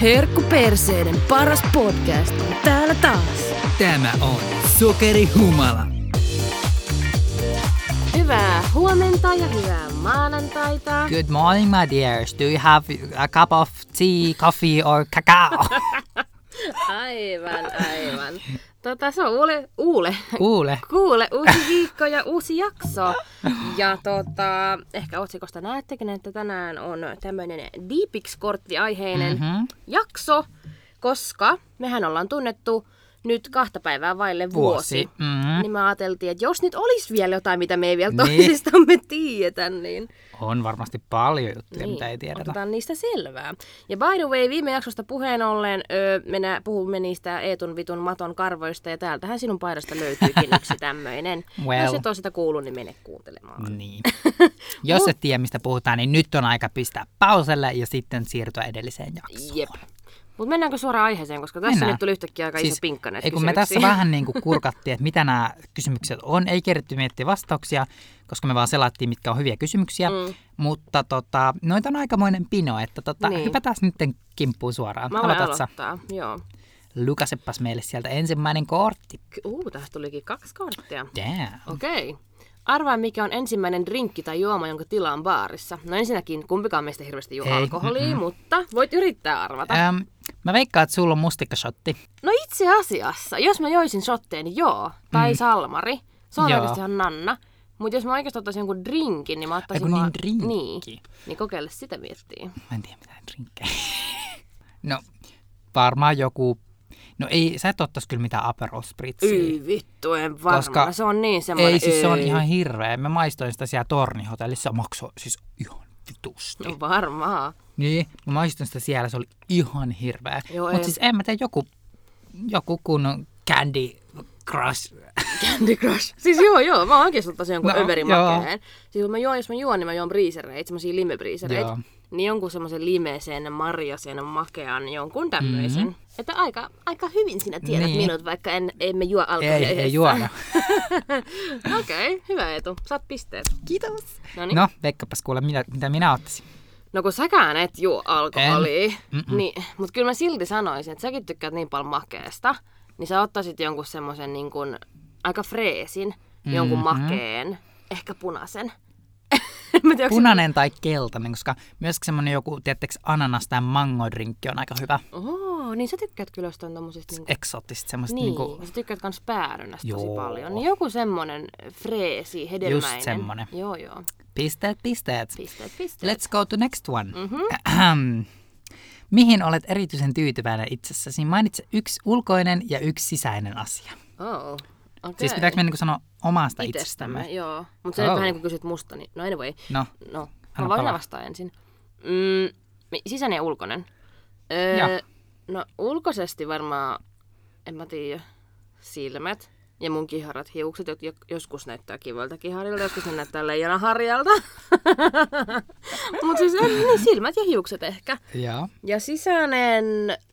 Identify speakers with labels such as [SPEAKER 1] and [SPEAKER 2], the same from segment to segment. [SPEAKER 1] Herkku Perseiden paras podcast on täällä taas.
[SPEAKER 2] Tämä on Sokerihumala.
[SPEAKER 1] Hyvää huomenta ja hyvää maanantaita.
[SPEAKER 2] Good morning, my dears. Do you have a cup of tea, coffee or cacao?
[SPEAKER 1] Aivan, aivan. Tota, se on uule, uule.
[SPEAKER 2] Kuule.
[SPEAKER 1] Kuule, uusi viikko ja uusi jakso. Ja tota, ehkä otsikosta näettekin, että tänään on tämmöinen Deepix-korttiaiheinen
[SPEAKER 2] Mhm.
[SPEAKER 1] jakso, koska mehän ollaan tunnettu nyt kahta päivää vaille vuosi.
[SPEAKER 2] Vuosi. Mhm.
[SPEAKER 1] Niin me ajateltiin, että jos nyt olisi vielä jotain, mitä me ei vielä
[SPEAKER 2] Niin.
[SPEAKER 1] toisistamme tiedetä, niin,
[SPEAKER 2] On varmasti paljon juttuja,
[SPEAKER 1] niin
[SPEAKER 2] mitä ei tiedetä.
[SPEAKER 1] otetaan niistä selvää. Ja by the way, viime jaksosta puheen ollen öö, me nä- puhumme niistä Eetun vitun maton karvoista, ja täältähän sinun paidasta löytyykin yksi tämmöinen.
[SPEAKER 2] Well.
[SPEAKER 1] Jos et ole sitä kuullut, niin mene kuuntelemaan.
[SPEAKER 2] Niin. Jos et tiedä, mistä puhutaan, niin nyt on aika pistää pauselle ja sitten siirtyä edelliseen jaksoon.
[SPEAKER 1] Jep. Mutta mennäänkö suoraan aiheeseen, koska tässä
[SPEAKER 2] Mennään. Siis,
[SPEAKER 1] nyt tuli yhtäkkiä aika iso pinkka näitä
[SPEAKER 2] ei, kun me tässä
[SPEAKER 1] kysymyksiä.
[SPEAKER 2] vähän niin kuin kurkattiin, että mitä nämä kysymykset on. Ei kerätty miettiä vastauksia, koska me vaan selattiin, mitkä on hyviä kysymyksiä. Mm. Mutta tota, noita on aikamoinen pino, että tota,
[SPEAKER 1] Niin.
[SPEAKER 2] niin. hypätään nytten kimppuun suoraan.
[SPEAKER 1] Mä voin aloittaa. Joo.
[SPEAKER 2] Lukaseppas meille sieltä ensimmäinen kortti.
[SPEAKER 1] Ky- Uu, tähän tulikin kaksi korttia.
[SPEAKER 2] Damn.
[SPEAKER 1] Okei. Okay. Arvaa, mikä on ensimmäinen drinkki tai juoma, jonka tilaa on baarissa. No ensinnäkin, kumpikaan meistä hirveästi juo
[SPEAKER 2] Ei,
[SPEAKER 1] alkoholia, mutta voit yrittää arvata. Ä-
[SPEAKER 2] Öm, mä veikkaan, että sulla on mustikkashotti.
[SPEAKER 1] no itse asiassa, jos mä joisin sotteen, niin joo. Tai mm. salmari. Se on
[SPEAKER 2] Joo.
[SPEAKER 1] oikeasti ihan nanna. Mutta jos mä oikeasti ottaisin jonkun drinkin, niin mä ottaisin
[SPEAKER 2] Ai kun niin
[SPEAKER 1] vaan...
[SPEAKER 2] drinkki.
[SPEAKER 1] Niin, niin kokeile sitä miettiä.
[SPEAKER 2] Mä en tiedä mitään drinkkejä. No, varmaan joku... No ei, sä et ottais kyllä mitään Aperol Spritzia.
[SPEAKER 1] Ei vittu, en varma. Koska
[SPEAKER 2] Koska-
[SPEAKER 1] se on niin semmoinen...
[SPEAKER 2] Ei, siis se on ihan hirveä. Mä maistoin sitä siellä tornihotellissa. Maksoi siis ihan vitusti.
[SPEAKER 1] No varmaa.
[SPEAKER 2] Niin, mä maistoin sitä siellä. Se oli ihan hirveä.
[SPEAKER 1] Joo, ei.
[SPEAKER 2] Mutta siis en mä tiedä, joku, joku kun Candy Crush.
[SPEAKER 1] Candy Crush. Siis joo, joo, mä oikeesti ottaisin jonkun no,
[SPEAKER 2] No,
[SPEAKER 1] överin
[SPEAKER 2] joo.
[SPEAKER 1] makeen. Siis kun mä juon, jos mä juon, niin mä juon briisereitä, semmosia limebriisereitä.
[SPEAKER 2] Joo.
[SPEAKER 1] Niin jonkun semmoisen limeeseen, marjasen, makean, jonkun tämmöisen. Mm-hmm. Että aika, aika hyvin sinä tiedät niin.
[SPEAKER 2] Niin.
[SPEAKER 1] minut, vaikka en, emme juo alkoholia
[SPEAKER 2] Ei,
[SPEAKER 1] yhdessä.
[SPEAKER 2] ei juoda.
[SPEAKER 1] Okei, okay, hyvä Eetu. Saat pisteet.
[SPEAKER 2] Kiitos.
[SPEAKER 1] Noniin.
[SPEAKER 2] No, veikkapas kuule, mitä, mitä minä ottaisin.
[SPEAKER 1] No kun säkään et juo alkoholia, niin, mutta kyllä mä silti sanoisin, että säkin tykkäät niin paljon makeesta, niin sä ottaisit jonkun semmoisen niin kuin, aika freesin, jonkun makeen, ehkä punaisen. mä tiedä, onko se-
[SPEAKER 2] Punainen tai keltainen, koska myös semmoinen joku, tiettekö, ananas tai mangodrinkki on aika hyvä.
[SPEAKER 1] Oo, niin sä tykkäät kyllä jostain tommosista niinku...
[SPEAKER 2] Eksoottiset semmoiset
[SPEAKER 1] Niin,
[SPEAKER 2] niinku,
[SPEAKER 1] ja sä tykkäät kans päärynästä tosi
[SPEAKER 2] Joo.
[SPEAKER 1] paljon. Niin joku semmonen freesi, hedelmäinen.
[SPEAKER 2] semmonen.
[SPEAKER 1] Joo, joo.
[SPEAKER 2] pisteet, pisteet.
[SPEAKER 1] Pisteet, pisteet.
[SPEAKER 2] Let's go to next one. Mm-hmm. Mihin olet erityisen tyytyväinen itsessäsi? Mainitse yksi ulkoinen ja yksi sisäinen asia. Okay.
[SPEAKER 1] Oh, okei.
[SPEAKER 2] Siis pitääkö me niinku sanoa omasta
[SPEAKER 1] Itsestämme,
[SPEAKER 2] itsestämme?
[SPEAKER 1] joo. Mutta sä nyt
[SPEAKER 2] Oh.
[SPEAKER 1] vähän niin kuin kysyt musta, niin no anyway.
[SPEAKER 2] No,
[SPEAKER 1] No, mä
[SPEAKER 2] Anna
[SPEAKER 1] voin
[SPEAKER 2] palaa.
[SPEAKER 1] vastaa ensin. Mm, mi- sisäinen ja ulkoinen. Öö,
[SPEAKER 2] Joo.
[SPEAKER 1] no ulkoisesti varmaan, en mä tiedä, silmät ja mun kiharat hiukset, jo- joskus näyttää kivalta kiharilta, joskus ne näyttää leijanaharjalta. Mutta siis en, niin silmät ja hiukset ehkä.
[SPEAKER 2] joo.
[SPEAKER 1] Ja sisäinen,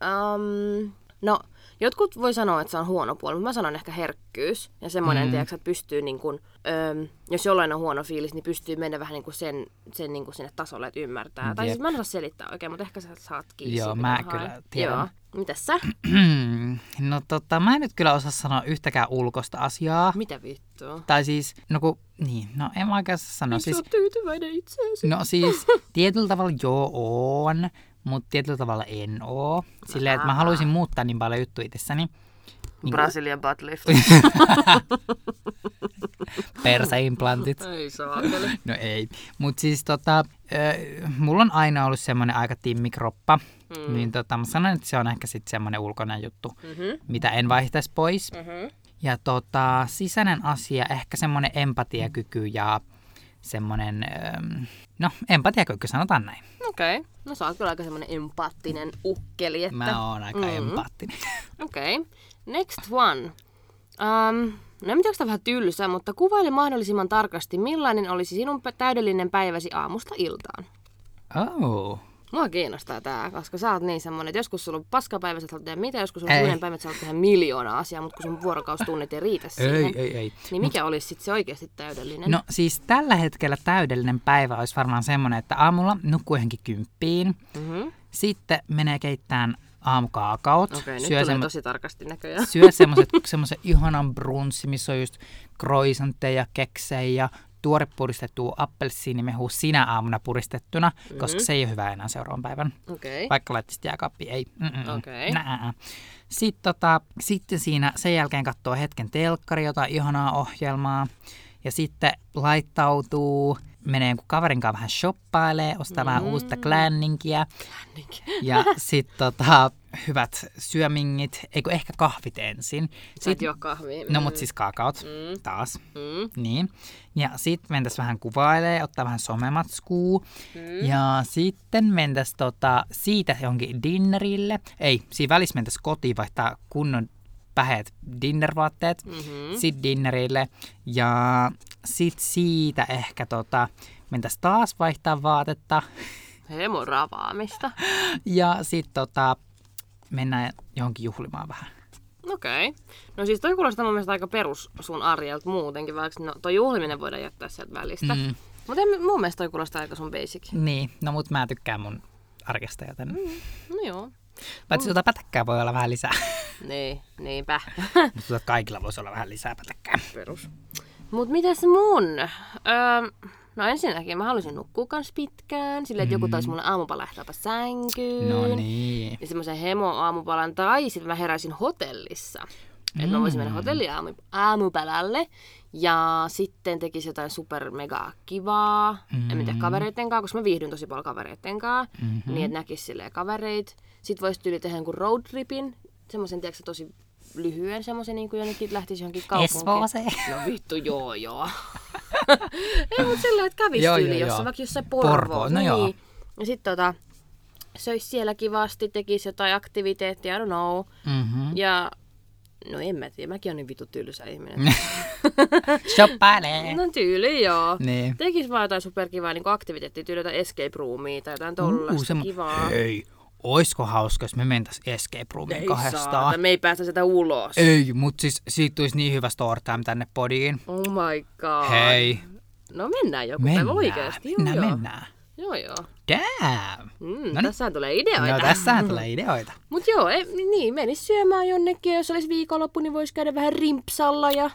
[SPEAKER 1] um, no jotkut voi sanoa, että se on huono puoli, mutta mä sanon ehkä herkkyys. Ja semmoinen, mm. tiedätkö, että pystyy niin kuin, öm, jos jollain on huono fiilis, niin pystyy mennä vähän niin kuin sen, sen niin kuin sinne tasolle, että ymmärtää. Tai
[SPEAKER 2] Jep.
[SPEAKER 1] siis mä en osaa selittää oikein, mutta ehkä sä saat kiinni.
[SPEAKER 2] Joo,
[SPEAKER 1] siitä,
[SPEAKER 2] mä
[SPEAKER 1] mitä
[SPEAKER 2] kyllä
[SPEAKER 1] haen.
[SPEAKER 2] tiedän.
[SPEAKER 1] Joo. Mitäs sä?
[SPEAKER 2] no tota, mä en nyt kyllä osaa sanoa yhtäkään ulkoista asiaa.
[SPEAKER 1] Mitä vittua?
[SPEAKER 2] Tai siis, no kun, niin, no en mä oikeastaan sano.
[SPEAKER 1] Miksi
[SPEAKER 2] Siis,
[SPEAKER 1] sä oot tyytyväinen itseesi?
[SPEAKER 2] No siis tietyllä tavalla joo on, mutta tietyllä tavalla en oo. Silleen, että mä haluaisin muuttaa niin paljon juttuja itsessäni. Niin
[SPEAKER 1] Brasilian butt lift.
[SPEAKER 2] Perseimplantit.
[SPEAKER 1] Ei saakeli.
[SPEAKER 2] No ei. Mutta siis tota, ö, mulla on aina ollut semmoinen aika timmikroppa. Mm. Niin tota, mä sanon, että se on ehkä sitten semmoinen ulkoinen juttu,
[SPEAKER 1] Mhm,
[SPEAKER 2] mitä en vaihtaisi pois.
[SPEAKER 1] mhm.
[SPEAKER 2] Ja tota, sisäinen asia, ehkä semmoinen empatiakyky ja semmoinen, öm, no empatiakyky sanotaan näin.
[SPEAKER 1] Okei. Okay. No sä oot kyllä aika semmonen empaattinen ukkeli, että...
[SPEAKER 2] Mä oon aika
[SPEAKER 1] Mm.
[SPEAKER 2] mm. empaattinen.
[SPEAKER 1] Okei. Okay. Next one. Um, no en tiedä, vähän tylsä, mutta kuvaile mahdollisimman tarkasti, millainen olisi sinun pä- täydellinen päiväsi aamusta iltaan.
[SPEAKER 2] Oh.
[SPEAKER 1] Mua kiinnostaa tämä, koska sä oot niin semmonen, että joskus sulla on paskapäivä, sä et halua tehdä mitä, joskus on uuden päivä, sä haluat tehdä miljoona asiaa, mutta kun sun vuorokaustunnit ei riitä siihen.
[SPEAKER 2] Ei, ei, ei.
[SPEAKER 1] Niin mikä Mut... olisi sitten se oikeasti täydellinen?
[SPEAKER 2] No siis tällä hetkellä täydellinen päivä olisi varmaan semmoinen, että aamulla nukkuu johonkin kymppiin,
[SPEAKER 1] Mhm.
[SPEAKER 2] sitten menee keittämään aamukaakaot,
[SPEAKER 1] Okei, nyt tulee
[SPEAKER 2] semmo-
[SPEAKER 1] tosi tarkasti näköjään.
[SPEAKER 2] syö semmoset, semmoisen ihanan brunssi, missä on just kroisanteja, keksejä, tuore puristettu appelsiinimehu sinä aamuna puristettuna, mm-hmm. koska se ei ole hyvä enää seuraavan päivän.
[SPEAKER 1] Okei.
[SPEAKER 2] Vaikka laittaisit jääkaappiin, ei. Mm-mm.
[SPEAKER 1] Okei.
[SPEAKER 2] Nää. Sitten, tota, sitten siinä sen jälkeen katsoo hetken telkkari, jotain ihanaa ohjelmaa. Ja sitten laittautuu, menee jonkun kaverin kanssa vähän shoppailee, ostaa mm. vähän uutta klänninkiä. Ja sitten tota, hyvät syömingit, eikö ehkä kahvit ensin.
[SPEAKER 1] Sä
[SPEAKER 2] Sit,
[SPEAKER 1] et juo kahvia. Mm-hmm.
[SPEAKER 2] no mut siis kaakaot mm. taas. Mm. Niin. Ja sitten mentäs vähän kuvailee, ottaa vähän somematskuu. Mm. Ja sitten mentäs tota, siitä johonkin dinnerille. Ei, siinä välissä mentäs kotiin vaihtaa kunnon päheet dinnervaatteet. Mm-hmm. Sitten dinnerille. Ja sitten siitä ehkä tota, mentäs taas vaihtaa vaatetta.
[SPEAKER 1] Hemu ravaamista.
[SPEAKER 2] Ja sitten tota, mennään johonkin juhlimaan vähän.
[SPEAKER 1] Okei. Okay. No siis toi kuulostaa mun mielestä aika perus sun arjelta muutenkin, vaikka no, toi juhliminen voidaan jättää sieltä välistä. Mm. Mutta mun mielestä toi kuulostaa aika sun basic.
[SPEAKER 2] Niin, no mut mä tykkään mun arkesta, joten... Mm.
[SPEAKER 1] No joo.
[SPEAKER 2] Paitsi tuota pätäkkää voi olla vähän lisää.
[SPEAKER 1] Niin, niinpä.
[SPEAKER 2] Mutta tuota kaikilla voisi olla vähän lisää pätäkkää.
[SPEAKER 1] perus. Mut mitäs mun? Öö, no ensinnäkin mä haluaisin nukkua kans pitkään, silleen, että joku taisi mulle aamupala ehdolla sänkyyn.
[SPEAKER 2] Mm. No niin.
[SPEAKER 1] Ja semmoisen hemo aamupalan, tai sitten mä heräisin hotellissa. Että mä voisin
[SPEAKER 2] Mm.
[SPEAKER 1] mennä hotelli aamu, aamupalalle ja sitten tekisi jotain super mega kivaa. Mm-hmm. En mä
[SPEAKER 2] Mm.
[SPEAKER 1] tiedä kavereiden kanssa, koska mä viihdyn tosi paljon kavereiden kanssa. Mm-hmm. Niin, että näkisi silleen kavereit. Sitten voisi tyyli tehdä jonkun roadtripin. Semmoisen, tiedätkö, tosi lyhyen semmoisen, niin kuin jonnekin lähtisi johonkin kaupunkiin.
[SPEAKER 2] Espooseen.
[SPEAKER 1] No vittu, joo joo. Ei, mutta sillä että kävisi
[SPEAKER 2] Joo,
[SPEAKER 1] tyyli
[SPEAKER 2] joo,
[SPEAKER 1] jossain,
[SPEAKER 2] joo.
[SPEAKER 1] vaikka jossain
[SPEAKER 2] Porvoo,
[SPEAKER 1] Porvoon.
[SPEAKER 2] no
[SPEAKER 1] niin.
[SPEAKER 2] joo.
[SPEAKER 1] Ja sitten tota, söisi siellä kivasti, tekisi jotain aktiviteettia, I don't know.
[SPEAKER 2] Mm-hmm.
[SPEAKER 1] Ja no en mä tiedä, mäkin on niin vitu tylsä ihminen.
[SPEAKER 2] Shoppailee.
[SPEAKER 1] no tyyli joo.
[SPEAKER 2] Niin.
[SPEAKER 1] Tekis vaan jotain superkivaa niin aktiviteettia, tyyli jotain escape roomia tai jotain tollaista
[SPEAKER 2] Uu, semmo-
[SPEAKER 1] kivaa.
[SPEAKER 2] Hei, oisko hauska, jos me mentäis escape roomiin
[SPEAKER 1] saata,
[SPEAKER 2] kahdestaan?
[SPEAKER 1] me ei päästä sitä ulos.
[SPEAKER 2] Ei, mut siis siitä tulisi niin hyvä store time tänne podiin.
[SPEAKER 1] Oh my god.
[SPEAKER 2] Hei,
[SPEAKER 1] No mennään joku
[SPEAKER 2] mennään,
[SPEAKER 1] päivä oikeesti. Joo,
[SPEAKER 2] mennään,
[SPEAKER 1] joo.
[SPEAKER 2] mennään.
[SPEAKER 1] Joo, joo.
[SPEAKER 2] Damn!
[SPEAKER 1] Mm,
[SPEAKER 2] No niin.
[SPEAKER 1] tässä tulee ideoita.
[SPEAKER 2] No tässähän tulee ideoita.
[SPEAKER 1] Mut joo, ei, niin, menis syömään jonnekin ja jos olisi viikonloppu, niin voisi käydä vähän rimpsalla ja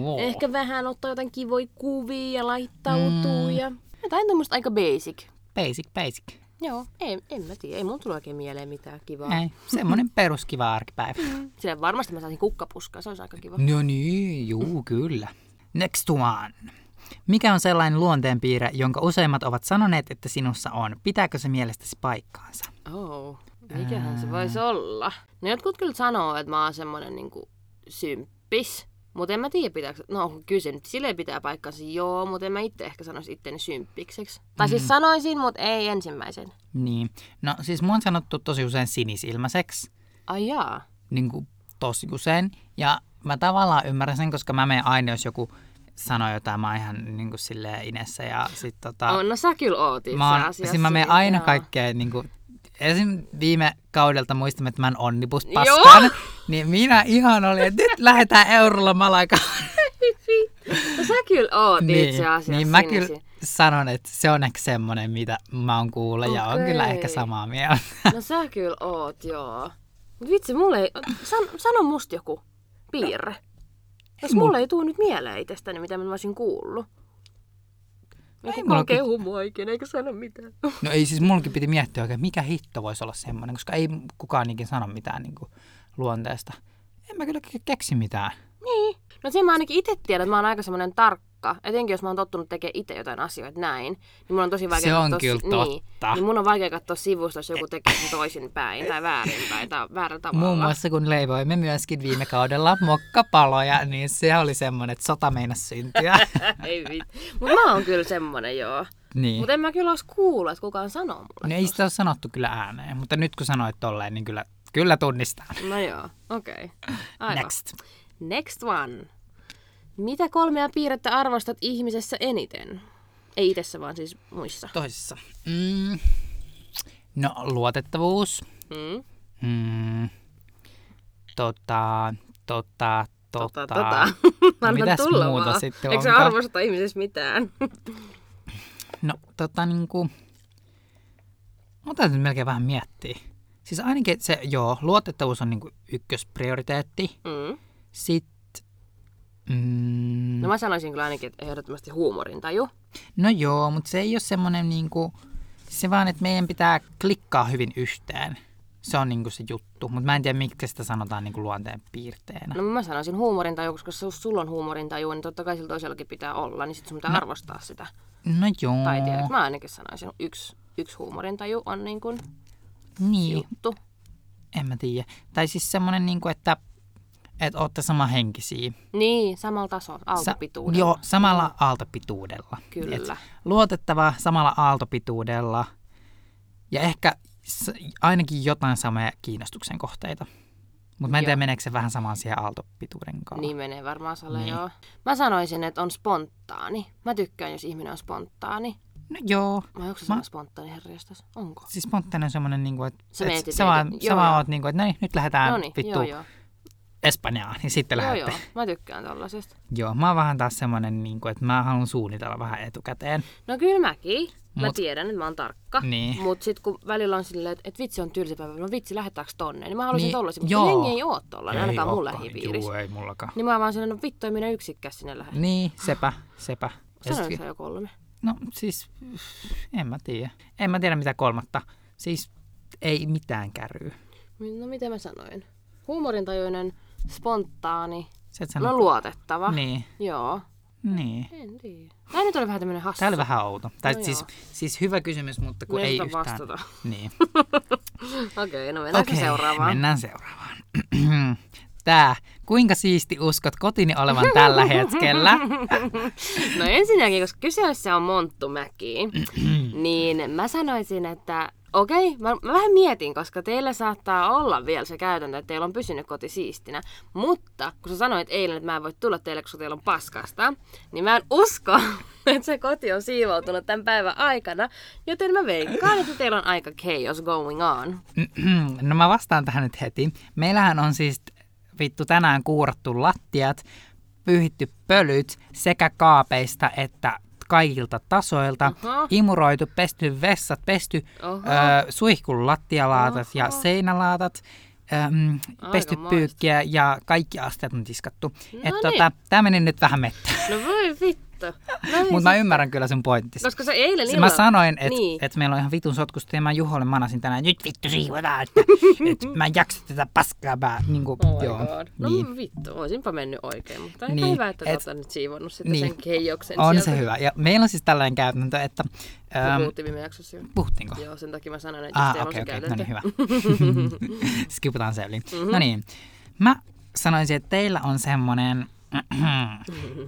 [SPEAKER 2] Wow.
[SPEAKER 1] ehkä vähän ottaa jotain kivoja kuvia ja laittautuu mm. ja jotain tämmöistä aika basic.
[SPEAKER 2] Basic, basic.
[SPEAKER 1] Joo, ei, en mä tiedä, ei mun tule oikein mieleen mitään kivaa.
[SPEAKER 2] Ei, semmonen peruskiva arkipäivä.
[SPEAKER 1] Sillä varmasti mä saisin kukkapuskaa, se olisi aika kiva.
[SPEAKER 2] No niin, juu, kyllä. Next one. Mikä on sellainen luonteenpiirre, jonka useimmat ovat sanoneet, että sinussa on? Pitääkö se mielestäsi paikkaansa?
[SPEAKER 1] Oh, mikähän se voisi olla? No jotkut kyllä sanoo, että mä oon semmonen niinku symppis. Mutta en mä tiedä pitääkö, no kyllä se nyt silleen pitää paikkansa, joo, mutta en mä itse ehkä sanoisi itteni symppikseksi. Tai
[SPEAKER 2] Mm.
[SPEAKER 1] siis sanoisin, mutta ei ensimmäisen.
[SPEAKER 2] Niin. No siis mua on sanottu tosi usein sinisilmäiseksi,
[SPEAKER 1] Ai jaa.
[SPEAKER 2] niin kuin tosi usein. Ja mä tavallaan ymmärrän sen, koska mä menen aina, jos joku sanoo jotain, mä oon ihan niin kuin silleen inessä ja sit tota...
[SPEAKER 1] Oh, no sä kyllä oot itse
[SPEAKER 2] Mä, oon,
[SPEAKER 1] asiassa.
[SPEAKER 2] siis mä menen
[SPEAKER 1] niin,
[SPEAKER 2] aina
[SPEAKER 1] joo.
[SPEAKER 2] kaikkea niin kuin, esim. viime kaudelta muistamme tämän onnibus
[SPEAKER 1] Joo!
[SPEAKER 2] paskan, niin minä ihan olin, että nyt lähdetään eurolla malakaan.
[SPEAKER 1] No sä kyllä oot niin, itse asiassa.
[SPEAKER 2] niin mä
[SPEAKER 1] sinisi.
[SPEAKER 2] kyllä sanon, että se on ehkä semmoinen, mitä mä oon kuullut ja on kyllä
[SPEAKER 1] Okei.
[SPEAKER 2] ehkä samaa mieltä.
[SPEAKER 1] No sä kyllä oot, joo. Mut vitsi, mulle ei... San, sano musta joku
[SPEAKER 2] No,
[SPEAKER 1] piirre. Jos mulle ei tuu nyt mieleen itsestäni, mitä mä olisin kuullut.
[SPEAKER 2] ei
[SPEAKER 1] Joku
[SPEAKER 2] mulla
[SPEAKER 1] kokee humua ikinä, eikä sano mitään.
[SPEAKER 2] No ei siis mullakin piti miettiä oikein, mikä hitto voisi olla semmoinen, koska ei kukaan niinkin sano mitään niin kuin, luonteesta. En mä kyllä ke- keksi mitään.
[SPEAKER 1] Niin. No sen mä ainakin itse tiedän, että mä oon aika semmonen tarkka. Etenkin jos mä oon tottunut tekemään itse jotain asioita näin, niin mun on tosi vaikea
[SPEAKER 2] Se on
[SPEAKER 1] katsoa si-
[SPEAKER 2] kyllä
[SPEAKER 1] Niin,
[SPEAKER 2] totta.
[SPEAKER 1] niin mun on vaikea katsoa sivusta, jos joku tekee sen toisin päin tai väärin päin tai väärällä tavalla.
[SPEAKER 2] Muun muassa kun leivoimme myöskin viime kaudella mokkapaloja, niin se oli semmoinen, että sota meinas syntyä.
[SPEAKER 1] Ei vit. Mut mä oon kyllä semmonen joo.
[SPEAKER 2] niin.
[SPEAKER 1] Mut en mä kyllä ois kuullut, että kukaan sanoo mulle.
[SPEAKER 2] No ei sitä ole sanottu kyllä ääneen, mutta nyt kun sanoit tolleen, niin kyllä, kyllä tunnistaa.
[SPEAKER 1] No joo, okei. Okay. Aivan. Next.
[SPEAKER 2] Next.
[SPEAKER 1] Next one. Mitä kolmea piirrettä arvostat ihmisessä eniten? Ei itsessä, vaan siis muissa.
[SPEAKER 2] Toisessa. Mm, No, luotettavuus.
[SPEAKER 1] Mm.
[SPEAKER 2] Mm. Tota, tota, tota.
[SPEAKER 1] Tota, tota. Anna
[SPEAKER 2] No mitäs
[SPEAKER 1] tulla
[SPEAKER 2] muuta
[SPEAKER 1] vaan.
[SPEAKER 2] sitten
[SPEAKER 1] Eikö se
[SPEAKER 2] onkaan?
[SPEAKER 1] arvosta ihmisessä mitään?
[SPEAKER 2] No, tota niinku... Mun täytyy nyt melkein vähän miettiä. Siis ainakin se, joo, luotettavuus on niinku ykkösprioriteetti.
[SPEAKER 1] Mm.
[SPEAKER 2] Sitten... Mm,
[SPEAKER 1] No mä sanoisin kyllä ainakin, että ehdottomasti huumorintaju.
[SPEAKER 2] no joo, mutta se ei ole semmonen niinku... Se vaan, että meidän pitää klikkaa hyvin yhteen. Se on niinku se juttu. Mutta mä en tiedä, miksi sitä sanotaan niinku luonteen piirteenä.
[SPEAKER 1] No mä sanoisin huumorintaju, koska jos sulla on huumorintaju, niin totta kai sillä toisellakin pitää olla, niin sit sun pitää no. arvostaa sitä.
[SPEAKER 2] No joo.
[SPEAKER 1] Tai tiedä, mä ainakin sanoisin, yksi, yksi huumorintaju on niin kuin
[SPEAKER 2] Niin.
[SPEAKER 1] juttu.
[SPEAKER 2] En mä tiedä. Tai siis semmonen niinku, että et ootte samanhenkisiä.
[SPEAKER 1] Niin, samalla tasolla, aaltopituudella.
[SPEAKER 2] Joo, samalla aaltopituudella.
[SPEAKER 1] Kyllä.
[SPEAKER 2] luotettava samalla aaltopituudella. Ja ehkä s- ainakin jotain samoja kiinnostuksen kohteita. Mutta mä en tiedä, meneekö se vähän samaan siihen aaltopituuden kanssa.
[SPEAKER 1] Niin menee varmaan sale, niin. joo. Mä sanoisin, että on spontaani. Mä tykkään, jos ihminen on spontaani.
[SPEAKER 2] No joo.
[SPEAKER 1] Mä onko se sama spontaani herjastas? Onko?
[SPEAKER 2] Siis spontaani on semmoinen, niinku, että
[SPEAKER 1] Sä
[SPEAKER 2] et
[SPEAKER 1] mietit,
[SPEAKER 2] sä vaan,
[SPEAKER 1] mietit.
[SPEAKER 2] sä
[SPEAKER 1] Joo,
[SPEAKER 2] vaan
[SPEAKER 1] joo.
[SPEAKER 2] oot, niinku, että no niin, nyt lähdetään
[SPEAKER 1] No niin,
[SPEAKER 2] vittu
[SPEAKER 1] joo joo.
[SPEAKER 2] Espanjaan, niin sitten
[SPEAKER 1] Joo
[SPEAKER 2] lähdette.
[SPEAKER 1] joo, mä tykkään tollasesta.
[SPEAKER 2] Joo, mä oon vähän taas semmonen, niinku, että mä haluan suunnitella vähän etukäteen.
[SPEAKER 1] No kyllä mäkin. Mä
[SPEAKER 2] Mut-
[SPEAKER 1] tiedän, että mä oon tarkka.
[SPEAKER 2] Niin.
[SPEAKER 1] Mut sit kun välillä on silleen, että et vitsi on tylsäpäivä, no vitsi lähdetäänkö tonne, niin mä haluaisin
[SPEAKER 2] Niin,
[SPEAKER 1] niin, tollasen, mutta
[SPEAKER 2] joo.
[SPEAKER 1] jengi ei oo tollanen, ainakaan mun
[SPEAKER 2] olekaan. Juu,
[SPEAKER 1] lähipiirissä.
[SPEAKER 2] ei mullakaan.
[SPEAKER 1] Niin mä vaan silleen, no vittu ei minä yksikkäs sinne lähde.
[SPEAKER 2] Niin, sepä, sepä. Ja sit-
[SPEAKER 1] Sanoin sä jo kolme.
[SPEAKER 2] No siis, en mä tiedä. En mä tiedä mitä kolmatta. Siis ei mitään käryy.
[SPEAKER 1] No mitä mä sanoin? Huumorintajuinen, spontaani,
[SPEAKER 2] Sä et
[SPEAKER 1] no,
[SPEAKER 2] sano...
[SPEAKER 1] luotettava.
[SPEAKER 2] niin,
[SPEAKER 1] Joo,
[SPEAKER 2] niin.
[SPEAKER 1] en tiedä. Tää nyt oli vähän tämmönen hassu.
[SPEAKER 2] Tää oli vähän outo. Tai
[SPEAKER 1] No
[SPEAKER 2] siis,
[SPEAKER 1] joo.
[SPEAKER 2] siis hyvä kysymys, mutta kun
[SPEAKER 1] Mä en
[SPEAKER 2] ei
[SPEAKER 1] osaa
[SPEAKER 2] yhtään.
[SPEAKER 1] vastata.
[SPEAKER 2] Niin.
[SPEAKER 1] Okei, no mennäänkö okay, seuraavaan?
[SPEAKER 2] mennään seuraavaan. Tää. Kuinka siisti uskot kotini olevan tällä hetkellä?
[SPEAKER 1] No ensinnäkin, koska kyseessä on Monttumäki,
[SPEAKER 2] Mm-hmm.
[SPEAKER 1] niin mä sanoisin, että okei, mä, mä vähän mietin, koska teillä saattaa olla vielä se käytäntö, että teillä on pysynyt koti siistinä. Mutta kun sä sanoit eilen, että mä en voi tulla teille, koska teillä on paskasta, niin mä en usko, että se koti on siivoutunut tämän päivän aikana, joten mä veikkaan, että teillä on aika chaos going on.
[SPEAKER 2] no mä vastaan tähän nyt heti. Meillähän on siis vittu tänään kuurattu lattiat, pyyhitty pölyt sekä kaapeista että kaikilta tasoilta,
[SPEAKER 1] Aha.
[SPEAKER 2] imuroitu, pesty vessat, pesty
[SPEAKER 1] Oho.
[SPEAKER 2] ö, suihkun lattialaatat ja seinälaatat, äm, pesty
[SPEAKER 1] Aikamoista.
[SPEAKER 2] pyykkiä ja kaikki asteet on tiskattu. No
[SPEAKER 1] No
[SPEAKER 2] tota, tämä meni nyt vähän mettään,
[SPEAKER 1] No voi vittu. No ei
[SPEAKER 2] mutta mä
[SPEAKER 1] se-
[SPEAKER 2] ymmärrän kyllä sun pointtisi.
[SPEAKER 1] Koska se eilen
[SPEAKER 2] Se mä
[SPEAKER 1] illalla...
[SPEAKER 2] sanoin, että niin.
[SPEAKER 1] Niin.
[SPEAKER 2] et meillä on ihan vitun sotkusta ja mä Juholle manasin tänään, nyt vittu siivotaan, että et mä en jaksa tätä paskaa. Mä, niin kuin,
[SPEAKER 1] Oh
[SPEAKER 2] joo,
[SPEAKER 1] joo, no
[SPEAKER 2] niin.
[SPEAKER 1] niin. vittu, olisinpa mennyt oikein, mutta aika
[SPEAKER 2] Niin,
[SPEAKER 1] niin, hyvä, että
[SPEAKER 2] et-
[SPEAKER 1] et, nyt siivonnut sitten
[SPEAKER 2] niin.
[SPEAKER 1] niin, sen keijoksen
[SPEAKER 2] on
[SPEAKER 1] sieltä.
[SPEAKER 2] se hyvä. Ja meillä on siis tällainen käytäntö, että...
[SPEAKER 1] Me
[SPEAKER 2] Ähm,
[SPEAKER 1] puhuttiin viime jaksossa jo.
[SPEAKER 2] puhuttiinko?
[SPEAKER 1] Joo, sen takia mä sanoin, että jos
[SPEAKER 2] Ah,
[SPEAKER 1] teillä
[SPEAKER 2] okei,
[SPEAKER 1] on se
[SPEAKER 2] okei, no
[SPEAKER 1] käytäntö.
[SPEAKER 2] niin hyvä. Skipataan se yli. Mm-hmm. No niin, mä sanoisin, että teillä on semmonen,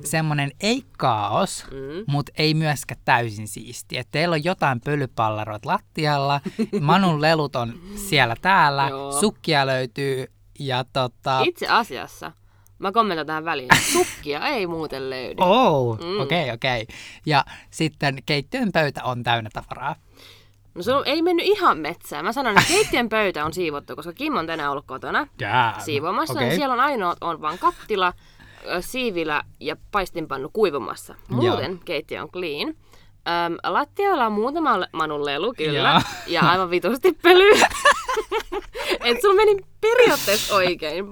[SPEAKER 2] semmonen ei kaos,
[SPEAKER 1] Mm.
[SPEAKER 2] mutta ei myöskään täysin siistiä. Teillä on jotain pölypallaroita lattialla, Manun lelut on siellä täällä,
[SPEAKER 1] Joo.
[SPEAKER 2] sukkia löytyy ja tota...
[SPEAKER 1] Itse asiassa, mä kommentoin tähän väliin, sukkia ei muuten löydy.
[SPEAKER 2] Oh, okei, okei. Ja sitten keittiön pöytä on täynnä tavaraa.
[SPEAKER 1] No se on- ei mennyt ihan metsään. Mä sanoin, että keittiön pöytä on siivottu, koska Kim on tänään ollut kotona
[SPEAKER 2] Damn.
[SPEAKER 1] siivoamassa, okay. niin siellä on ainoat on vaan kattila, ö, siivilä ja paistinpannu kuivumassa. Muuten
[SPEAKER 2] Joo.
[SPEAKER 1] keittiö on clean. Öm, lattialla on muutama le- manun lelu, kyllä.
[SPEAKER 2] Joo.
[SPEAKER 1] Ja aivan vitusti pölyä. Et sulla meni periaatteessa oikein.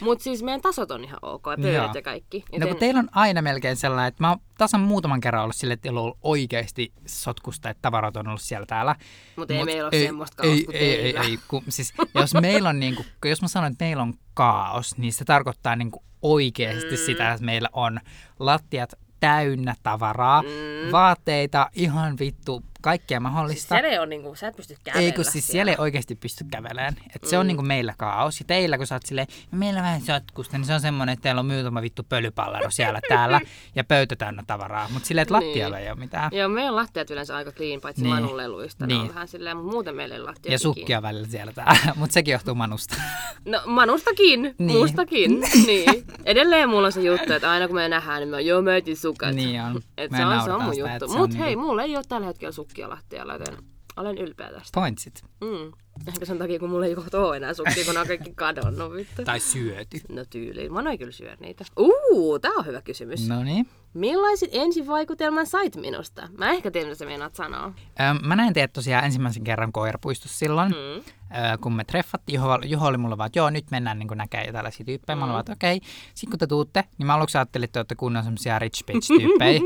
[SPEAKER 1] Mut siis meidän tasot on ihan ok, ja
[SPEAKER 2] Joo.
[SPEAKER 1] pöydät ja kaikki.
[SPEAKER 2] No kun teillä on aina melkein sellainen, että mä oon tasan muutaman kerran ollut sille, että teillä on ollut oikeasti sotkusta, että tavarat on ollut siellä täällä.
[SPEAKER 1] Mut ei meillä oo semmoista
[SPEAKER 2] ei,
[SPEAKER 1] kaosta kuin
[SPEAKER 2] ei, ei,
[SPEAKER 1] teillä.
[SPEAKER 2] ei, kun, siis, jos, meillä on, niin kuin, jos mä sanon, että meillä on kaos, niin se tarkoittaa niin kuin oikeasti mm. sitä, että meillä on lattiat täynnä tavaraa, mm. vaatteita, ihan vittu, kaikkea mahdollista.
[SPEAKER 1] Siis siellä on niinku, sä et pysty kävellä Mm.
[SPEAKER 2] Ei kun siis siellä ei oikeasti pysty kävelemään. Et se on niinku meillä kaos. Ja teillä kun sä oot silleen, "No meillä on vähän sotkusta, niin se on semmoinen, että teillä on muutama vittu pölypallero siellä täällä ja pöytä täynnä tavaraa. Mutta silleen, että
[SPEAKER 1] Niin.
[SPEAKER 2] lattialla ei ole mitään.
[SPEAKER 1] Joo, meillä on lattiat yleensä aika clean, paitsi
[SPEAKER 2] Niin.
[SPEAKER 1] niin. manun leluista. Niin. Ne
[SPEAKER 2] Niin.
[SPEAKER 1] on vähän silleen, mutta muuten meillä ei ole lattiat
[SPEAKER 2] Ja sukkia välillä siellä täällä. Mutta sekin johtuu Manusta.
[SPEAKER 1] No manustakin,
[SPEAKER 2] Niin.
[SPEAKER 1] niin. mustakin. niin. Edelleen mulla on se juttu, että aina kun me nähdään, niin mä oon, joo mä etin sukat.
[SPEAKER 2] niin on.
[SPEAKER 1] Et
[SPEAKER 2] Me
[SPEAKER 1] se on, se on
[SPEAKER 2] nauretaan
[SPEAKER 1] mun
[SPEAKER 2] sitä,
[SPEAKER 1] juttu.
[SPEAKER 2] että se on
[SPEAKER 1] Mut hei,
[SPEAKER 2] niinku-
[SPEAKER 1] mulla ei ole tällä hetkellä sukkia lattialla, joten Olen ylpeä tästä.
[SPEAKER 2] Pointsit.
[SPEAKER 1] Mm. Ehkä sen takia, kun mulla ei kohta ole enää sukkia, kun ne on kaikki kadonnut. Vittu.
[SPEAKER 2] Tai syöty.
[SPEAKER 1] No tyyliin. Mä noin kyllä syön niitä. Uu, tää on hyvä kysymys.
[SPEAKER 2] No niin.
[SPEAKER 1] Millaisin ensivaikutelman sait minusta? Mä ehkä tiedän, mitä sä meinaat sanoa.
[SPEAKER 2] Öö, mä näin teet tosiaan ensimmäisen kerran koirapuistossa silloin, mm. öö, kun me treffattiin. Juho, Juho oli mulla vaan, että joo, nyt mennään niin näkemään tällaisia tyyppejä. Mm. Mä olin vaan, että okei. Okay. Sitten kun te tuutte, niin mä aluksi ajattelin, että te olette kunnon semmoisia rich bitch-tyyppejä.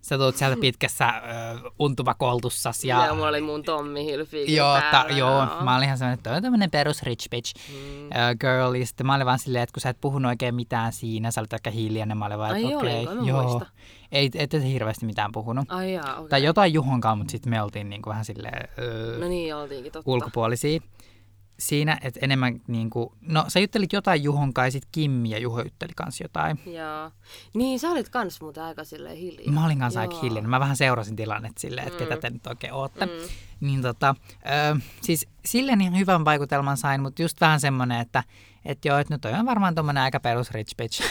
[SPEAKER 2] sä tuut sieltä pitkässä öö, untuva koltussas. Ja...
[SPEAKER 1] Joo, mulla oli mun Tommi Hilfi.
[SPEAKER 2] Joo, ta, joo, mä olin ihan semmoinen, että toi on tämmönen perus rich bitch mm. uh, girl. Ja sitten mä olin vaan silleen, että kun sä et puhunut oikein mitään siinä, sä olit aika hiljainen. Mä olin vaan, että
[SPEAKER 1] Ai
[SPEAKER 2] okei,
[SPEAKER 1] oliko? Mä
[SPEAKER 2] joo.
[SPEAKER 1] muista.
[SPEAKER 2] Ei, et, et hirveästi mitään puhunut.
[SPEAKER 1] Ai jaa, okei.
[SPEAKER 2] Tai jotain Juhonkaan, mutta sitten me oltiin niinku vähän silleen öö,
[SPEAKER 1] No niin, oltiinkin totta.
[SPEAKER 2] ulkopuolisia siinä, että enemmän niinku, no sä juttelit jotain Juhonkaan ja sit Kimmi ja Juho jutteli kans jotain.
[SPEAKER 1] Joo. Niin, sä olit kans muuten aika silleen hiljaa.
[SPEAKER 2] Mä olin kanssa
[SPEAKER 1] Joo. Mm.
[SPEAKER 2] aika hiljainen. Mä vähän seurasin tilannetta silleen, että ketä te nyt oikein ootte. Niin tota, ö, siis silleen ihan hyvän vaikutelman sain, mutta just vähän semmonen, että et joo, että no toi on varmaan tommonen aika perus rich bitch.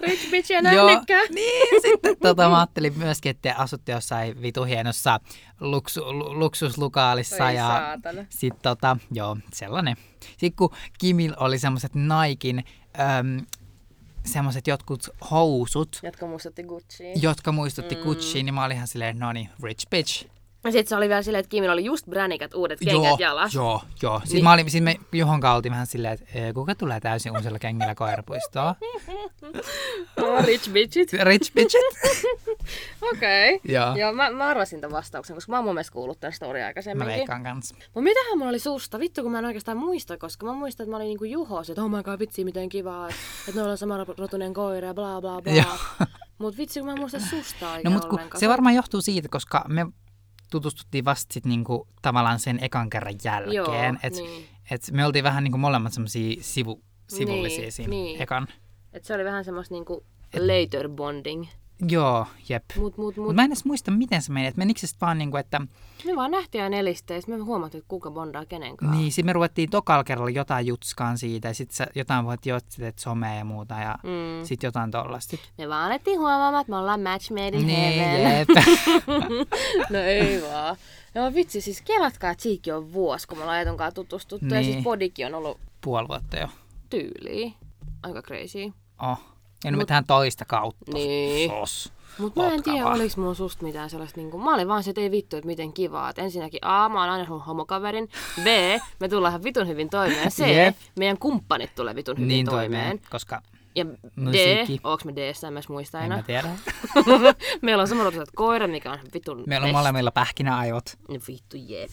[SPEAKER 1] Rich bitch ja
[SPEAKER 2] Joo,
[SPEAKER 1] nännekkä.
[SPEAKER 2] niin sitten tota, mä ajattelin myöskin, että te asutte jossain vitu hienossa luksu, lu, luksuslukaalissa.
[SPEAKER 1] Oi
[SPEAKER 2] ja
[SPEAKER 1] saatana.
[SPEAKER 2] sitten tota, joo, sellainen. Sitten kun Kimil oli semmoiset Naikin, äm, semmoiset jotkut housut,
[SPEAKER 1] Jotka muistutti Gucciin.
[SPEAKER 2] jotka muistutti mm. Gucciin, niin mä olin ihan silleen, no niin, rich bitch.
[SPEAKER 1] Ja sit se oli vielä silleen, että Kimillä oli just bränikät uudet kengät jalassa.
[SPEAKER 2] joo, joo. Sitten niin. mä olin, sit me johonkaan oltiin vähän silleen, että "Ee, kuka tulee täysin uusilla kengillä koirapuistoon?
[SPEAKER 1] Oh, rich bitchit.
[SPEAKER 2] Rich bitchet.
[SPEAKER 1] Okei. Okay.
[SPEAKER 2] Joo.
[SPEAKER 1] Joo, mä, mä arvasin tämän vastauksen, koska mä oon mun mielestä kuullut tämän story
[SPEAKER 2] Mä
[SPEAKER 1] aikaisemminkin.
[SPEAKER 2] veikkaan kanssa.
[SPEAKER 1] Mut mitähän mulla oli susta? Vittu, kun mä en oikeastaan muista, koska mä muistan, että mä olin niinku Juho, se, että oh my god, vitsi, miten kivaa, että et noilla on samanrotunen koira ja bla bla bla. Mut vitsi, kun mä en muista susta
[SPEAKER 2] No
[SPEAKER 1] oikein
[SPEAKER 2] mutta kun
[SPEAKER 1] ollenkaan.
[SPEAKER 2] se varmaan johtuu siitä, koska me tutustuttiin vasta sit niinku tavallaan sen ekan kerran jälkeen. et,
[SPEAKER 1] niin.
[SPEAKER 2] et me oltiin vähän niinku molemmat semmosia sivu, sivullisia
[SPEAKER 1] Niin,
[SPEAKER 2] niin, siinä
[SPEAKER 1] niin.
[SPEAKER 2] niin. ekan.
[SPEAKER 1] Et se oli vähän semmos niinku later bonding.
[SPEAKER 2] Joo, jep. Mut,
[SPEAKER 1] Mut, mut,
[SPEAKER 2] mut
[SPEAKER 1] mut,
[SPEAKER 2] mä en edes muista, miten se meni. Et menikö se sit vaan niinku, että
[SPEAKER 1] me vaan nähtiin aina elistä ja sit me huomattiin, että kuka bondaa kenen kanssa.
[SPEAKER 2] niin, sit me ruvettiin tokalla kerralla jotain jutskaan siitä. Ja sit sä jotain voit jo, että sä teet somea ja muuta ja
[SPEAKER 1] Mm.
[SPEAKER 2] mm. sit jotain tollasta.
[SPEAKER 1] Me vaan alettiin huomaamaan, että me ollaan match made in heaven.
[SPEAKER 2] Niin, jep.
[SPEAKER 1] No ei vaan. No vitsi, siis kelatkaa, että siikin on vuosi, kun me ollaan Eetun kanssa tutustuttu. Ja
[SPEAKER 2] Niin.
[SPEAKER 1] siis podikin on ollut
[SPEAKER 2] Puoli vuotta jo.
[SPEAKER 1] tyyli. Aika crazy.
[SPEAKER 2] Oh. Ja nyt me tehdään toista kautta.
[SPEAKER 1] Niin.
[SPEAKER 2] Sos.
[SPEAKER 1] Mut mä en tiedä,
[SPEAKER 2] Lotkava.
[SPEAKER 1] oliks mun susta mitään sellaista niinku... Mä olin vaan se, että ei vittu, että miten kivaa. Et ensinnäkin A, mä oon aina ollut homokaverin. B, me tullaan ihan vitun hyvin toimeen. C,
[SPEAKER 2] Jep.
[SPEAKER 1] meidän kumppanit tulee vitun hyvin
[SPEAKER 2] Niin
[SPEAKER 1] toimeen.
[SPEAKER 2] toimeen, koska
[SPEAKER 1] Ja
[SPEAKER 2] No
[SPEAKER 1] D,
[SPEAKER 2] sekin.
[SPEAKER 1] onks me D-stä myös muista
[SPEAKER 2] en mä
[SPEAKER 1] aina.
[SPEAKER 2] tiedä.
[SPEAKER 1] Meillä on samanlaatuiset koira, mikä on vitun
[SPEAKER 2] Meillä on
[SPEAKER 1] best.
[SPEAKER 2] molemmilla pähkinäaivot.
[SPEAKER 1] No vittu, jep.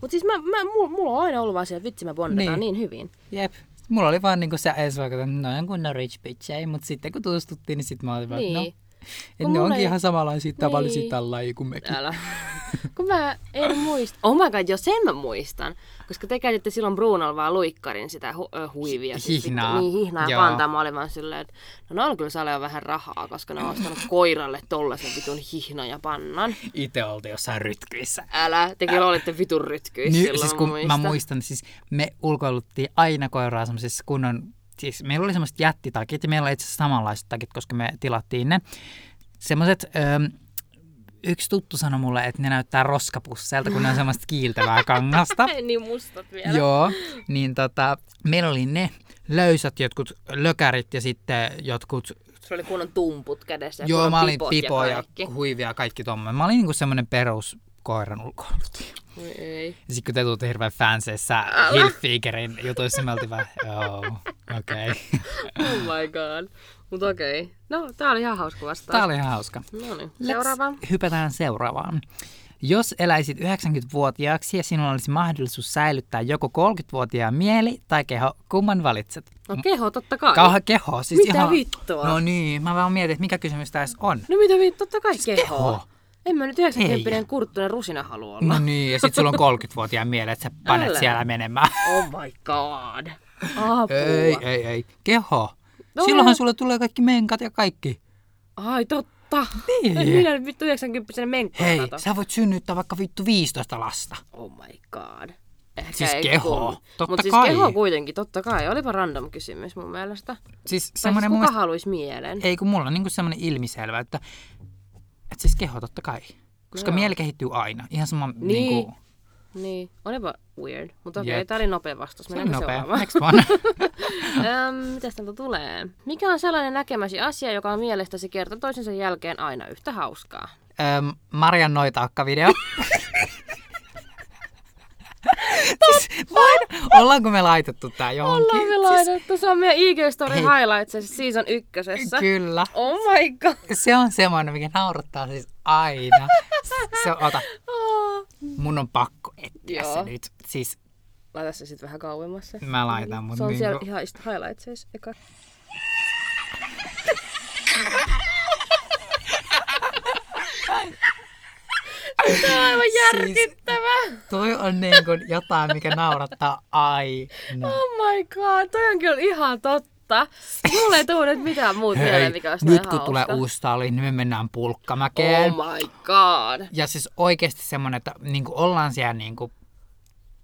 [SPEAKER 1] Mut siis mä, mä, mulla, mulla on aina ollut vaan siellä, vitsi mä bondataan niin,
[SPEAKER 2] Niin.
[SPEAKER 1] niin hyvin.
[SPEAKER 2] Jep. Mulla oli vaan niinku se ensivaikutus, että noin kun no rich bitch ei, mutta sitten kun tutustuttiin, niin sitten mä olin vaan,
[SPEAKER 1] Niin.
[SPEAKER 2] niin. no, että
[SPEAKER 1] mulla
[SPEAKER 2] ne onkin
[SPEAKER 1] ei-
[SPEAKER 2] ihan samanlaisia tavallisia
[SPEAKER 1] Niin.
[SPEAKER 2] tällaisia kuin mekin.
[SPEAKER 1] Älä. Kun mä en muista. Oh my god, joo, sen mä muistan. Koska te käytitte silloin Brunolla vaan luikkarin sitä hu- ö, huivia. Siis
[SPEAKER 2] Hihnaa.
[SPEAKER 1] Vittu, niin, hihnaa ja
[SPEAKER 2] Joo.
[SPEAKER 1] pantaa. Mä olin vaan silleen, että no noilla kyllä sale on vähän rahaa, koska ne on ostanut koiralle tollasen vitun hihnan ja pannan.
[SPEAKER 2] Itse oltiin jossain rytkyissä.
[SPEAKER 1] Älä, te kyllä olitte vitun rytkyissä
[SPEAKER 2] Niin,
[SPEAKER 1] silloin,
[SPEAKER 2] siis kun mä
[SPEAKER 1] muistan.
[SPEAKER 2] muistan, siis me ulkoiluttiin aina koiraa semmoisissa kunnon, siis meillä oli semmoiset jättitakit ja meillä oli itse asiassa samanlaiset takit, koska me tilattiin ne. Semmoiset, öö, yksi tuttu sanoi mulle, että ne näyttää roskapusseilta, kun ne on semmoista kiiltävää kangasta.
[SPEAKER 1] niin mustat vielä.
[SPEAKER 2] Joo, niin tota, meillä oli ne löysät jotkut lökärit ja sitten jotkut,
[SPEAKER 1] Se oli kunnon tumput kädessä. ja
[SPEAKER 2] joo
[SPEAKER 1] kunnon
[SPEAKER 2] mä olin
[SPEAKER 1] pipot
[SPEAKER 2] pipoja,
[SPEAKER 1] ja
[SPEAKER 2] ja
[SPEAKER 1] kaikki.
[SPEAKER 2] huivia ja kaikki tommoinen. Mä olin niinku semmonen perus koiran ulkoilutti.
[SPEAKER 1] Voi ei.
[SPEAKER 2] Ja sit kun te tuutte hirveän fanseissä Hilfigerin jutuissa, me oltiin vaan, joo, okei. Okay.
[SPEAKER 1] Oh my god. Mut okei. Okay. No, tää oli ihan hauska vastaus.
[SPEAKER 2] Tää oli ihan hauska.
[SPEAKER 1] No niin,
[SPEAKER 2] Let's
[SPEAKER 1] seuraava.
[SPEAKER 2] hypätään seuraavaan. Jos eläisit 90-vuotiaaksi ja sinulla olisi mahdollisuus säilyttää joko 30-vuotiaan mieli tai keho, kumman valitset?
[SPEAKER 1] No keho totta kai.
[SPEAKER 2] Kauha keho. Siis
[SPEAKER 1] Mitä
[SPEAKER 2] ihan...
[SPEAKER 1] vittua?
[SPEAKER 2] No niin, mä vaan mietin, että mikä kysymys tässä on.
[SPEAKER 1] No mitä vittu, totta kai keho.
[SPEAKER 2] keho.
[SPEAKER 1] En mä nyt 90 kurttunen rusina halua olla.
[SPEAKER 2] No niin, ja sit sulla on 30-vuotiaan mieleen, että sä panet
[SPEAKER 1] Älä.
[SPEAKER 2] siellä menemään.
[SPEAKER 1] Oh my god. Apua.
[SPEAKER 2] Ei, ei, ei. Keho.
[SPEAKER 1] No
[SPEAKER 2] No,
[SPEAKER 1] ihan-
[SPEAKER 2] Silloinhan sulle tulee kaikki menkat ja kaikki.
[SPEAKER 1] Ai totta.
[SPEAKER 2] Niin.
[SPEAKER 1] Ei Minä nyt vittu 90 menkkoa
[SPEAKER 2] Hei,
[SPEAKER 1] No, kato.
[SPEAKER 2] sä voit synnyttää vaikka vittu 15 lasta.
[SPEAKER 1] Oh my god. Ehkä
[SPEAKER 2] Siis
[SPEAKER 1] ei
[SPEAKER 2] keho,
[SPEAKER 1] kun.
[SPEAKER 2] totta
[SPEAKER 1] Mut siis
[SPEAKER 2] kai.
[SPEAKER 1] keho kuitenkin, totta kai. Olipa random kysymys mun mielestä. Tai
[SPEAKER 2] Siis
[SPEAKER 1] siis kuka
[SPEAKER 2] semmonen muist...
[SPEAKER 1] haluaisi mielen?
[SPEAKER 2] Ei kun mulla on niinku semmonen ilmiselvä, että... Että siis keho totta kai. Koska
[SPEAKER 1] Joo.
[SPEAKER 2] mieli kehittyy aina. Ihan sama niin.
[SPEAKER 1] Niin.
[SPEAKER 2] kuin,
[SPEAKER 1] Niin, olipa weird. Mutta okei,
[SPEAKER 2] Jep.
[SPEAKER 1] okay, tää oli nopea vastaus.
[SPEAKER 2] se on
[SPEAKER 1] Mennäänkö
[SPEAKER 2] nopea.
[SPEAKER 1] seuraavaan?
[SPEAKER 2] Next one.
[SPEAKER 1] Öm, mitäs tältä tulee? Mikä on sellainen näkemäsi asia, joka on mielestäsi kerta toisensa jälkeen aina yhtä hauskaa?
[SPEAKER 2] Öm, Marian noitaakka-video. siis, vain, ollaanko me laitettu tää johonkin?
[SPEAKER 1] Ollaan me laitettu. Se on meidän IG-story
[SPEAKER 2] Hei.
[SPEAKER 1] highlights season ykkösessä.
[SPEAKER 2] Siis, kyllä.
[SPEAKER 1] Oh my god.
[SPEAKER 2] Se on semmoinen, mikä naurattaa siis aina. Se, ota,
[SPEAKER 1] Oh.
[SPEAKER 2] mun on pakko etsiä se
[SPEAKER 1] Joo.
[SPEAKER 2] nyt. Siis
[SPEAKER 1] Laita se sitten vähän kauemmas. Se,
[SPEAKER 2] mä laitan mut
[SPEAKER 1] se on
[SPEAKER 2] niinku-
[SPEAKER 1] siellä ihan ist- highlightseissa. Eka. Tämä on
[SPEAKER 2] Siis-
[SPEAKER 1] aivan järkyttävä.
[SPEAKER 2] Toi on niin kuin jotain, mikä naurattaa aina.
[SPEAKER 1] Oh my god, toi on kyllä ihan totta. Mulle ei tule nyt mitään muuta mieleen, mikä olisi
[SPEAKER 2] nyt
[SPEAKER 1] noin
[SPEAKER 2] kun tulee
[SPEAKER 1] hauska.
[SPEAKER 2] uusi talli, niin me mennään pulkkamäkeen.
[SPEAKER 1] Oh my god.
[SPEAKER 2] Ja siis oikeasti semmonen, että niin kuin ollaan siellä niin kuin,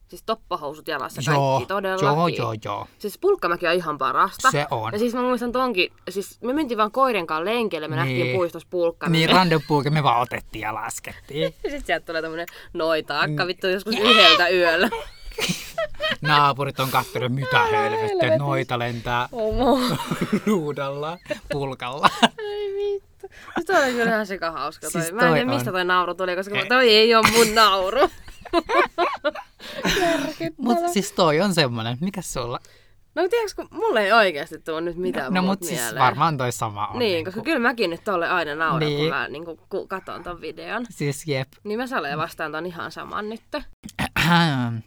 [SPEAKER 1] Siis toppahousut jalassa
[SPEAKER 2] joo,
[SPEAKER 1] kaikki todellakin.
[SPEAKER 2] joo, joo, joo.
[SPEAKER 1] Siis pulkkamäki on ihan parasta.
[SPEAKER 2] Se on.
[SPEAKER 1] Ja siis mä muistan tonkin, siis me mentiin vaan koiren kanssa lenkelle, me
[SPEAKER 2] Niin.
[SPEAKER 1] nähtiin puistossa pulkkamäki.
[SPEAKER 2] Niin random pulke me vaan otettiin ja laskettiin.
[SPEAKER 1] Ja sit sieltä tulee tämmönen
[SPEAKER 2] Mm.
[SPEAKER 1] noitaakka vittu joskus yhdeltä yöllä.
[SPEAKER 2] Naapurit on kattonut, mitä helvettiä,
[SPEAKER 1] helvetissä.
[SPEAKER 2] noita lentää
[SPEAKER 1] Omo.
[SPEAKER 2] ruudalla, pulkalla.
[SPEAKER 1] Ei vittu. Siis toi oli kyllä ihan sikahauska. Toi.
[SPEAKER 2] Siis
[SPEAKER 1] mä en
[SPEAKER 2] toi
[SPEAKER 1] tiedä mistä
[SPEAKER 2] on.
[SPEAKER 1] toi nauru tuli, koska
[SPEAKER 2] Ei.
[SPEAKER 1] toi ei oo mun nauru.
[SPEAKER 2] Mutta siis toi on semmonen, mikä sulla?
[SPEAKER 1] No tiedätkö, kun mulle ei oikeasti tuu nyt mitään
[SPEAKER 2] no
[SPEAKER 1] muut
[SPEAKER 2] mut siis
[SPEAKER 1] mieleen.
[SPEAKER 2] varmaan toi sama on. niinku-
[SPEAKER 1] Niin, koska kyllä mäkin nyt tolle aina nauran, niin. kun
[SPEAKER 2] Niin.
[SPEAKER 1] mä niin kun katon ton videon.
[SPEAKER 2] Siis jep.
[SPEAKER 1] Niin mä saleen vastaan ton ihan saman nyt.
[SPEAKER 2] Ahem.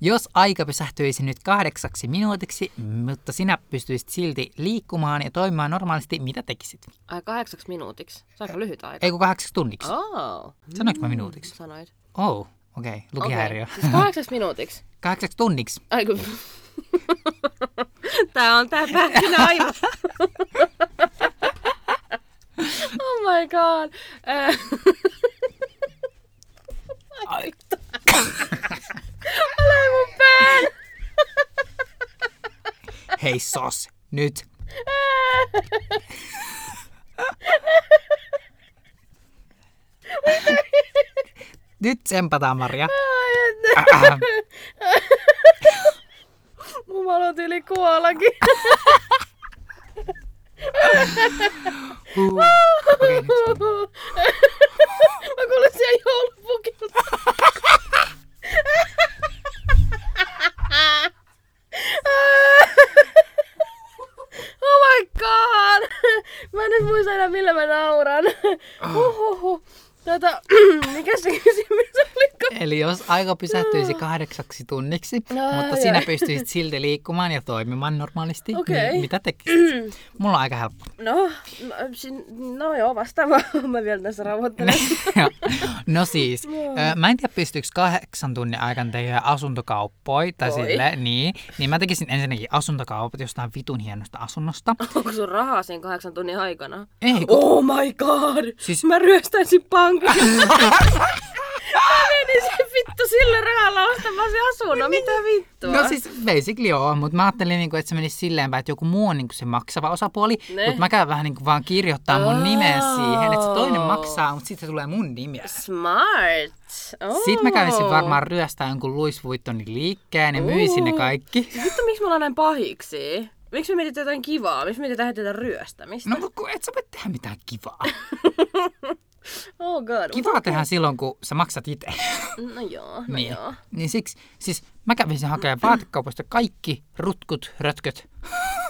[SPEAKER 2] Jos aika pysähtyisi nyt kahdeksaksi minuutiksi, mutta sinä pystyisit silti liikkumaan ja toimimaan normaalisti, mitä tekisit?
[SPEAKER 1] Ai kahdeksaksi minuutiksi. Se on aika lyhyt aika.
[SPEAKER 2] Ei kun kahdeksaksi tunniksi.
[SPEAKER 1] Oh.
[SPEAKER 2] Sanoinko mä minuutiksi?
[SPEAKER 1] Sanoit.
[SPEAKER 2] Oh, okei. Okay. Lukihäiriö.
[SPEAKER 1] Okei, Siis kahdeksaksi minuutiksi.
[SPEAKER 2] Kahdeksaksi tunniksi.
[SPEAKER 1] Ai kun... Tää on tää pähkinä aivan. oh my god. Äh. Ö,
[SPEAKER 2] Ai,
[SPEAKER 1] Mä löin mun pään.
[SPEAKER 2] hei sos, nyt. nyt tsempataan, Maria.
[SPEAKER 1] Ai, että-
[SPEAKER 2] Ahem.
[SPEAKER 1] Mun mä aloin yli kuollakin.
[SPEAKER 2] Huh. Okei, nyt.
[SPEAKER 1] Mä kuulin siellä joulupukilta. Oh my god! Mä en nyt muista enää millä mä nauran. Uhuhu. Tota, mikä se kysymys oli?
[SPEAKER 2] Eli jos aika pysähtyisi kahdeksaksi tunniksi,
[SPEAKER 1] No,
[SPEAKER 2] mutta
[SPEAKER 1] joo.
[SPEAKER 2] sinä pystyisit silti liikkumaan ja toimimaan normaalisti,
[SPEAKER 1] Okei.
[SPEAKER 2] niin mitä tekisit? Mulla on aika helppo.
[SPEAKER 1] No, no, sin- no joo, vastaan vaan. Mä vielä tässä rauhoittelen.
[SPEAKER 2] no siis, ö, mä en tiedä pystyykö kahdeksan tunnin aikana tehdä asuntokauppoja tai
[SPEAKER 1] Voi.
[SPEAKER 2] sille, niin, niin mä tekisin ensinnäkin asuntokaupat jostain vitun hienosta asunnosta.
[SPEAKER 1] Onko sun rahaa siinä kahdeksan tunnin aikana?
[SPEAKER 2] Ei, kun,
[SPEAKER 1] Oh my god!
[SPEAKER 2] Siis-
[SPEAKER 1] Siis... Mä ryöstäisin pankin. Mä menisin vittu sillä rahalla ostamaan se asunnon. Mitä vittua?
[SPEAKER 2] no siis basically joo, mutta mä ajattelin, niinku, että se menisi silleen päin, että joku muu on niinku, se maksava osapuoli,
[SPEAKER 1] Ne.
[SPEAKER 2] mutta mä käyn vähän niinku, vaan kirjoittaa mun nimen siihen, että se toinen
[SPEAKER 1] Oh.
[SPEAKER 2] maksaa, mutta sitten se tulee mun nimi.
[SPEAKER 1] Smart. Oh.
[SPEAKER 2] Sitten mä kävisin varmaan ryöstää jonkun Louis Vuittonin liikkeen ja myisin ne
[SPEAKER 1] Ooh.
[SPEAKER 2] kaikki.
[SPEAKER 1] Vittu, miksi me ollaan näin pahiksi? Miksi me mietitään jotain kivaa? Miksi me mietitään heti jotain ryöstämistä?
[SPEAKER 2] No mut kun et sä voi tehdä mitään kivaa.
[SPEAKER 1] Oh god.
[SPEAKER 2] Kivaa tehdään silloin, kun sä maksat itse.
[SPEAKER 1] No joo, no niin. joo.
[SPEAKER 2] Niin siksi, siis mä kävisin hakemaan vaatekaupasta kaikki rutkut, rötköt,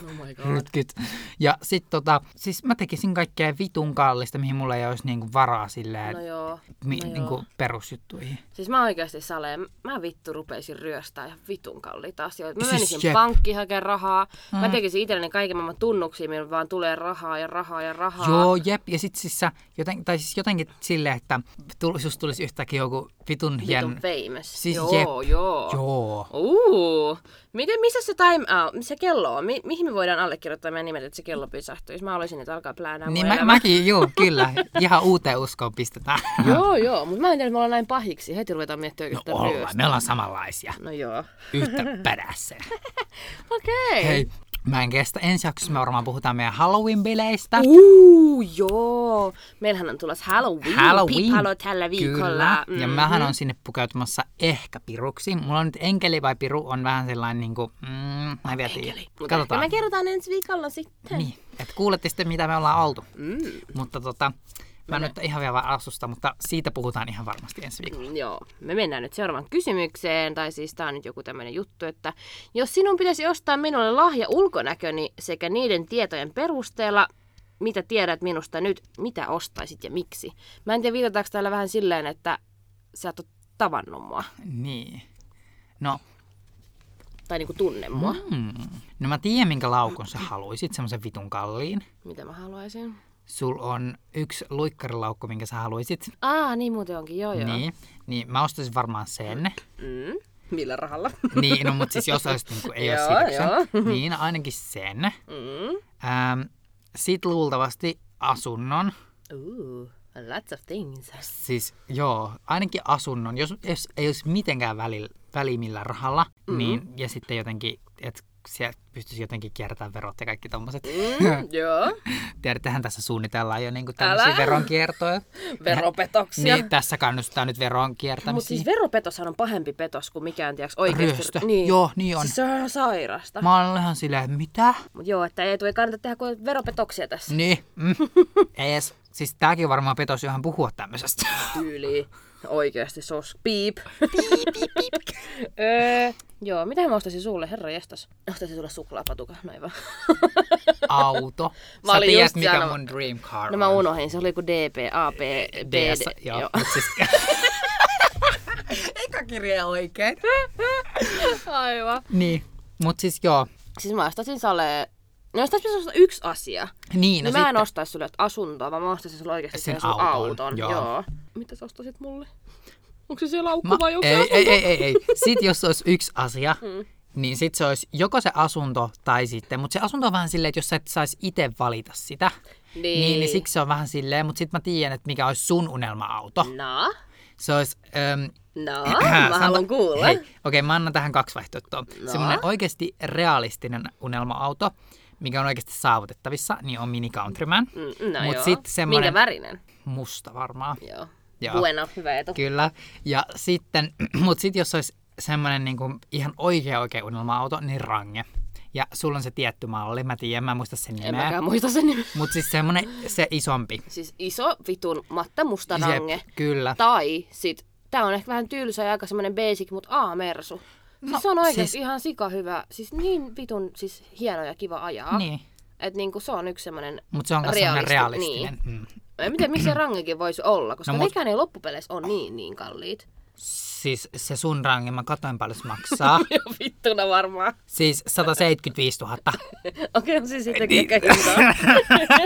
[SPEAKER 1] Oh my god.
[SPEAKER 2] rötkyt. Ja sit tota, siis mä tekisin kaikkea vitun kallista, mihin mulla ei olisi niinku varaa silleen
[SPEAKER 1] No joo.
[SPEAKER 2] mi-
[SPEAKER 1] no joo.
[SPEAKER 2] niinku perusjuttuihin.
[SPEAKER 1] Siis mä oikeasti saleen, mä vittu rupeisin ryöstää ihan vitun kalliita asioita. Mä
[SPEAKER 2] Siis
[SPEAKER 1] siis menisin
[SPEAKER 2] jep.
[SPEAKER 1] pankkiin hakemaan rahaa. Mm. Mä tekisin itselleni kaiken maailman tunnuksia, millä vaan tulee rahaa ja rahaa ja rahaa.
[SPEAKER 2] Joo, jep. Ja sit siis sä joten, tai siis jotenkin silleen, että tul, sus tulisi yhtäkkiä joku vitun hieno...
[SPEAKER 1] Vitun famous.
[SPEAKER 2] Siis
[SPEAKER 1] joo,
[SPEAKER 2] jep.
[SPEAKER 1] joo.
[SPEAKER 2] Joo.
[SPEAKER 1] Uu. Miten, missä se time out, se kello on? Mi- mihin me voidaan allekirjoittaa meidän nimet, että se kello pysähtyisi? Mä olisin, että alkaa pläänää
[SPEAKER 2] Niin
[SPEAKER 1] mun
[SPEAKER 2] mä,
[SPEAKER 1] elämä.
[SPEAKER 2] mäkin, joo, kyllä. Ihan uuteen uskoon pistetään.
[SPEAKER 1] Joo, joo, mutta mä en tiedä, että me ollaan näin pahiksi. Heti ruvetaan miettimään
[SPEAKER 2] No
[SPEAKER 1] yhtä No
[SPEAKER 2] ollaan,
[SPEAKER 1] ryöstä.
[SPEAKER 2] me ollaan samanlaisia.
[SPEAKER 1] No joo.
[SPEAKER 2] Yhtä perässä.
[SPEAKER 1] Okei. Okay.
[SPEAKER 2] Hei, Mä en kestä. Ensi jaksossa me varmaan puhutaan meidän Halloween-bileistä.
[SPEAKER 1] Uu, joo. Meillähän on tulossa Halloween,
[SPEAKER 2] Halloween.
[SPEAKER 1] pipalo tällä viikolla.
[SPEAKER 2] Kyllä. Ja
[SPEAKER 1] Mm.
[SPEAKER 2] mähän on sinne pukeutumassa ehkä piruksi. Mulla on nyt enkeli vai piru on vähän sellainen niinku... Mm, mä en vielä tiedä.
[SPEAKER 1] Mutta ehkä
[SPEAKER 2] Katsotaan.
[SPEAKER 1] me kerrotaan ensi viikolla sitten.
[SPEAKER 2] Niin. Et kuulette sitten, mitä me ollaan oltu.
[SPEAKER 1] Mm.
[SPEAKER 2] Mutta tota, mä en nyt ihan vielä vaan asusta, mutta siitä puhutaan ihan varmasti ensi viikolla.
[SPEAKER 1] Joo, me mennään nyt seuraavaan kysymykseen, tai siis tää on nyt joku tämmöinen juttu, että jos sinun pitäisi ostaa minulle lahja ulkonäköni sekä niiden tietojen perusteella, mitä tiedät minusta nyt, mitä ostaisit ja miksi? Mä en tiedä, viitataanko täällä vähän silleen, että sä et ole tavannut mua,
[SPEAKER 2] Niin. No,
[SPEAKER 1] tai niinku tunne mua,
[SPEAKER 2] hmm. no mä tiedän, minkä laukun sä haluisit, semmoisen vitun kalliin.
[SPEAKER 1] mitä mä haluaisin.
[SPEAKER 2] Sul on yksi luikkarilaukku, minkä sä haluisit.
[SPEAKER 1] Aa, niin muuten onkin, joo joo.
[SPEAKER 2] Niin, niin mä ostaisin varmaan sen.
[SPEAKER 1] Mm. Millä rahalla?
[SPEAKER 2] Niin, no mut siis jos olisit, niin ei
[SPEAKER 1] Joo,
[SPEAKER 2] ole siitä Niin, ainakin sen.
[SPEAKER 1] Mm.
[SPEAKER 2] Ähm, sit luultavasti asunnon.
[SPEAKER 1] Ooh, lots of things.
[SPEAKER 2] Siis joo, ainakin asunnon. Jos, jos ei olisi mitenkään väli, välimillä rahalla,
[SPEAKER 1] Mm.
[SPEAKER 2] mm-hmm. niin ja sitten jotenkin, että sieltä pystyisi jotenkin kiertämään verot ja kaikki tommoset.
[SPEAKER 1] Mm, joo,
[SPEAKER 2] Tiedättehän tässä suunnitellaan jo niinku tämmöisiä
[SPEAKER 1] Älä.
[SPEAKER 2] veronkiertoja.
[SPEAKER 1] veropetoksia.
[SPEAKER 2] Niin, tässä kannustetaan nyt veron kiertämisiin.
[SPEAKER 1] Mutta siis veropetoshan on pahempi petos kuin mikään, tiiäks, oikeasti.
[SPEAKER 2] Ryöstö. Joo, niin on.
[SPEAKER 1] Siis se on ihan sairasta. Ma-
[SPEAKER 2] Mä olen ihan silleen, että mitä?
[SPEAKER 1] Mut joo, että ei tule kannata tehdä kuin veropetoksia tässä
[SPEAKER 2] Niin, mm. ei edes. Siis tääkin on varmaan petos johon puhua tämmöisestä.
[SPEAKER 1] tyyliin. Oikeasti se olisi piip. Piip, No. piip, piip. öö, joo, mitä mä ostaisin sulle, herra jestas? Ostaisin sulle suklaapatuka, no ei vaan.
[SPEAKER 2] Auto.
[SPEAKER 1] Mä
[SPEAKER 2] Sä
[SPEAKER 1] olin
[SPEAKER 2] tiedät,
[SPEAKER 1] just
[SPEAKER 2] mikä
[SPEAKER 1] sanom-
[SPEAKER 2] mun dream car
[SPEAKER 1] No mä
[SPEAKER 2] on.
[SPEAKER 1] unohdin, se oli kuin DP, AP,
[SPEAKER 2] DS,
[SPEAKER 1] BD.
[SPEAKER 2] joo. Mut siis... Eikä kirja oikein.
[SPEAKER 1] Aivan.
[SPEAKER 2] Niin, mut siis joo.
[SPEAKER 1] Siis mä ostaisin salee... No jos tässä pitäisi ostaa yksi asia,
[SPEAKER 2] Niin,
[SPEAKER 1] No, mä
[SPEAKER 2] no
[SPEAKER 1] en
[SPEAKER 2] sitten
[SPEAKER 1] ostaisi sulle asuntoa, vaan mä ostaisin sulle oikeasti
[SPEAKER 2] Sen
[SPEAKER 1] sen, sun
[SPEAKER 2] auton,
[SPEAKER 1] auton.
[SPEAKER 2] joo.
[SPEAKER 1] Joo. joo. Mitä sä ostaisit mulle? Onko se se laukku
[SPEAKER 2] mä...
[SPEAKER 1] vai onko
[SPEAKER 2] ei,
[SPEAKER 1] se asunto?
[SPEAKER 2] ei, ei, ei, ei. Sit jos olisi yksi asia,
[SPEAKER 1] Mm.
[SPEAKER 2] niin sit se olisi joko se asunto tai sitten, mutta se asunto on vähän silleen, että jos sä et saisi itse valita sitä,
[SPEAKER 1] Niin.
[SPEAKER 2] niin, niin siksi se on vähän silleen, mutta sit mä tiedän, että mikä olisi sun unelma-auto.
[SPEAKER 1] No,
[SPEAKER 2] Se olisi, äm,
[SPEAKER 1] no,
[SPEAKER 2] Äh,
[SPEAKER 1] mä
[SPEAKER 2] sanota-
[SPEAKER 1] haluan kuulla.
[SPEAKER 2] Hei, okei, okay, mä annan tähän kaksi vaihtoehtoa. No.
[SPEAKER 1] No.
[SPEAKER 2] Semmoinen oikeasti realistinen unelma-auto, mikä on oikeasti saavutettavissa, niin on Mini Countryman.
[SPEAKER 1] Mm, No
[SPEAKER 2] Mut
[SPEAKER 1] joo.
[SPEAKER 2] sit semmoinen
[SPEAKER 1] Minkä värinen?
[SPEAKER 2] musta varmaan.
[SPEAKER 1] Joo.
[SPEAKER 2] Joo.
[SPEAKER 1] joo. Bueno, hyvä etu.
[SPEAKER 2] Kyllä. Ja sitten, mut sit jos olisi semmoinen niinku ihan oikea oikea unelma-auto, niin range. Ja sulla on se tietty malli, mä tiedän, mä en muista sen
[SPEAKER 1] en
[SPEAKER 2] nimeä.
[SPEAKER 1] mäkään muista sen nimen.
[SPEAKER 2] Mutta siis semmoinen, se isompi.
[SPEAKER 1] Siis iso vitun matta musta range.
[SPEAKER 2] Jep, kyllä.
[SPEAKER 1] Tai sit, tää on ehkä vähän tylsä ja aika semmonen basic, mut A-mersu. Siis
[SPEAKER 2] No,
[SPEAKER 1] no, se on oikeesti
[SPEAKER 2] siis-
[SPEAKER 1] siis... ihan sika hyvä. Siis niin vitun siis hieno ja kiva ajaa.
[SPEAKER 2] Niin.
[SPEAKER 1] Et niinku se on yksi semmonen
[SPEAKER 2] Mutta se on myös semmoinen
[SPEAKER 1] Realisti-
[SPEAKER 2] realistinen. Niin. Mm.
[SPEAKER 1] En tiedä, miksi se rangekin voisi olla, koska
[SPEAKER 2] No
[SPEAKER 1] no,
[SPEAKER 2] mut-
[SPEAKER 1] nekään ei loppupeleissä ole niin niin kalliit.
[SPEAKER 2] Siis se sun range, mä katoin paljon se maksaa.
[SPEAKER 1] Joo, vittuna varmaan.
[SPEAKER 2] Siis 175 000.
[SPEAKER 1] Okei, okay, siis sittenkin
[SPEAKER 2] Niin.
[SPEAKER 1] ehkä hintaa.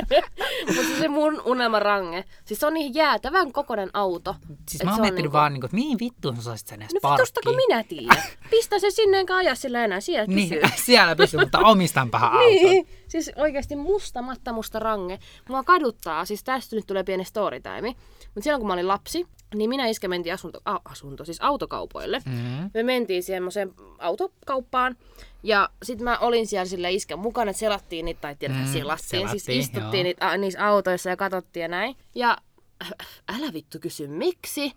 [SPEAKER 1] Mutta se mun unelmarange, siis se on niin jäätävän kokonen auto.
[SPEAKER 2] Siis
[SPEAKER 1] et
[SPEAKER 2] mä
[SPEAKER 1] se
[SPEAKER 2] oon
[SPEAKER 1] on
[SPEAKER 2] miettinyt
[SPEAKER 1] niinku-
[SPEAKER 2] vaan, niinku, että mihin vittuun sä saisit sen edes
[SPEAKER 1] No vitusta, kun
[SPEAKER 2] parkkiin.
[SPEAKER 1] minä tiedän. Pistä se sinne enkä aja sillä enää, siellä
[SPEAKER 2] Niin,
[SPEAKER 1] pysyy.
[SPEAKER 2] siellä pysyy, mutta omistanpahan auton.
[SPEAKER 1] Niin, siis oikeasti musta matta musta range. Mua kaduttaa, siis tästä nyt tulee pieni storytime. Mutta silloin kun mä olin lapsi, niin minä iskä mentiin asunto, a, asunto siis autokaupoille.
[SPEAKER 2] Mm.
[SPEAKER 1] Me mentiin semmoiseen autokauppaan ja sitten mä olin siellä sillä iskän mukana, että selattiin niitä, tai tiedätkö,
[SPEAKER 2] Mm,
[SPEAKER 1] mm, selattiin, siis
[SPEAKER 2] selattiin, joo.
[SPEAKER 1] istuttiin niitä, a, niissä autoissa ja katsottiin ja näin. Ja äh, älä vittu kysy miksi,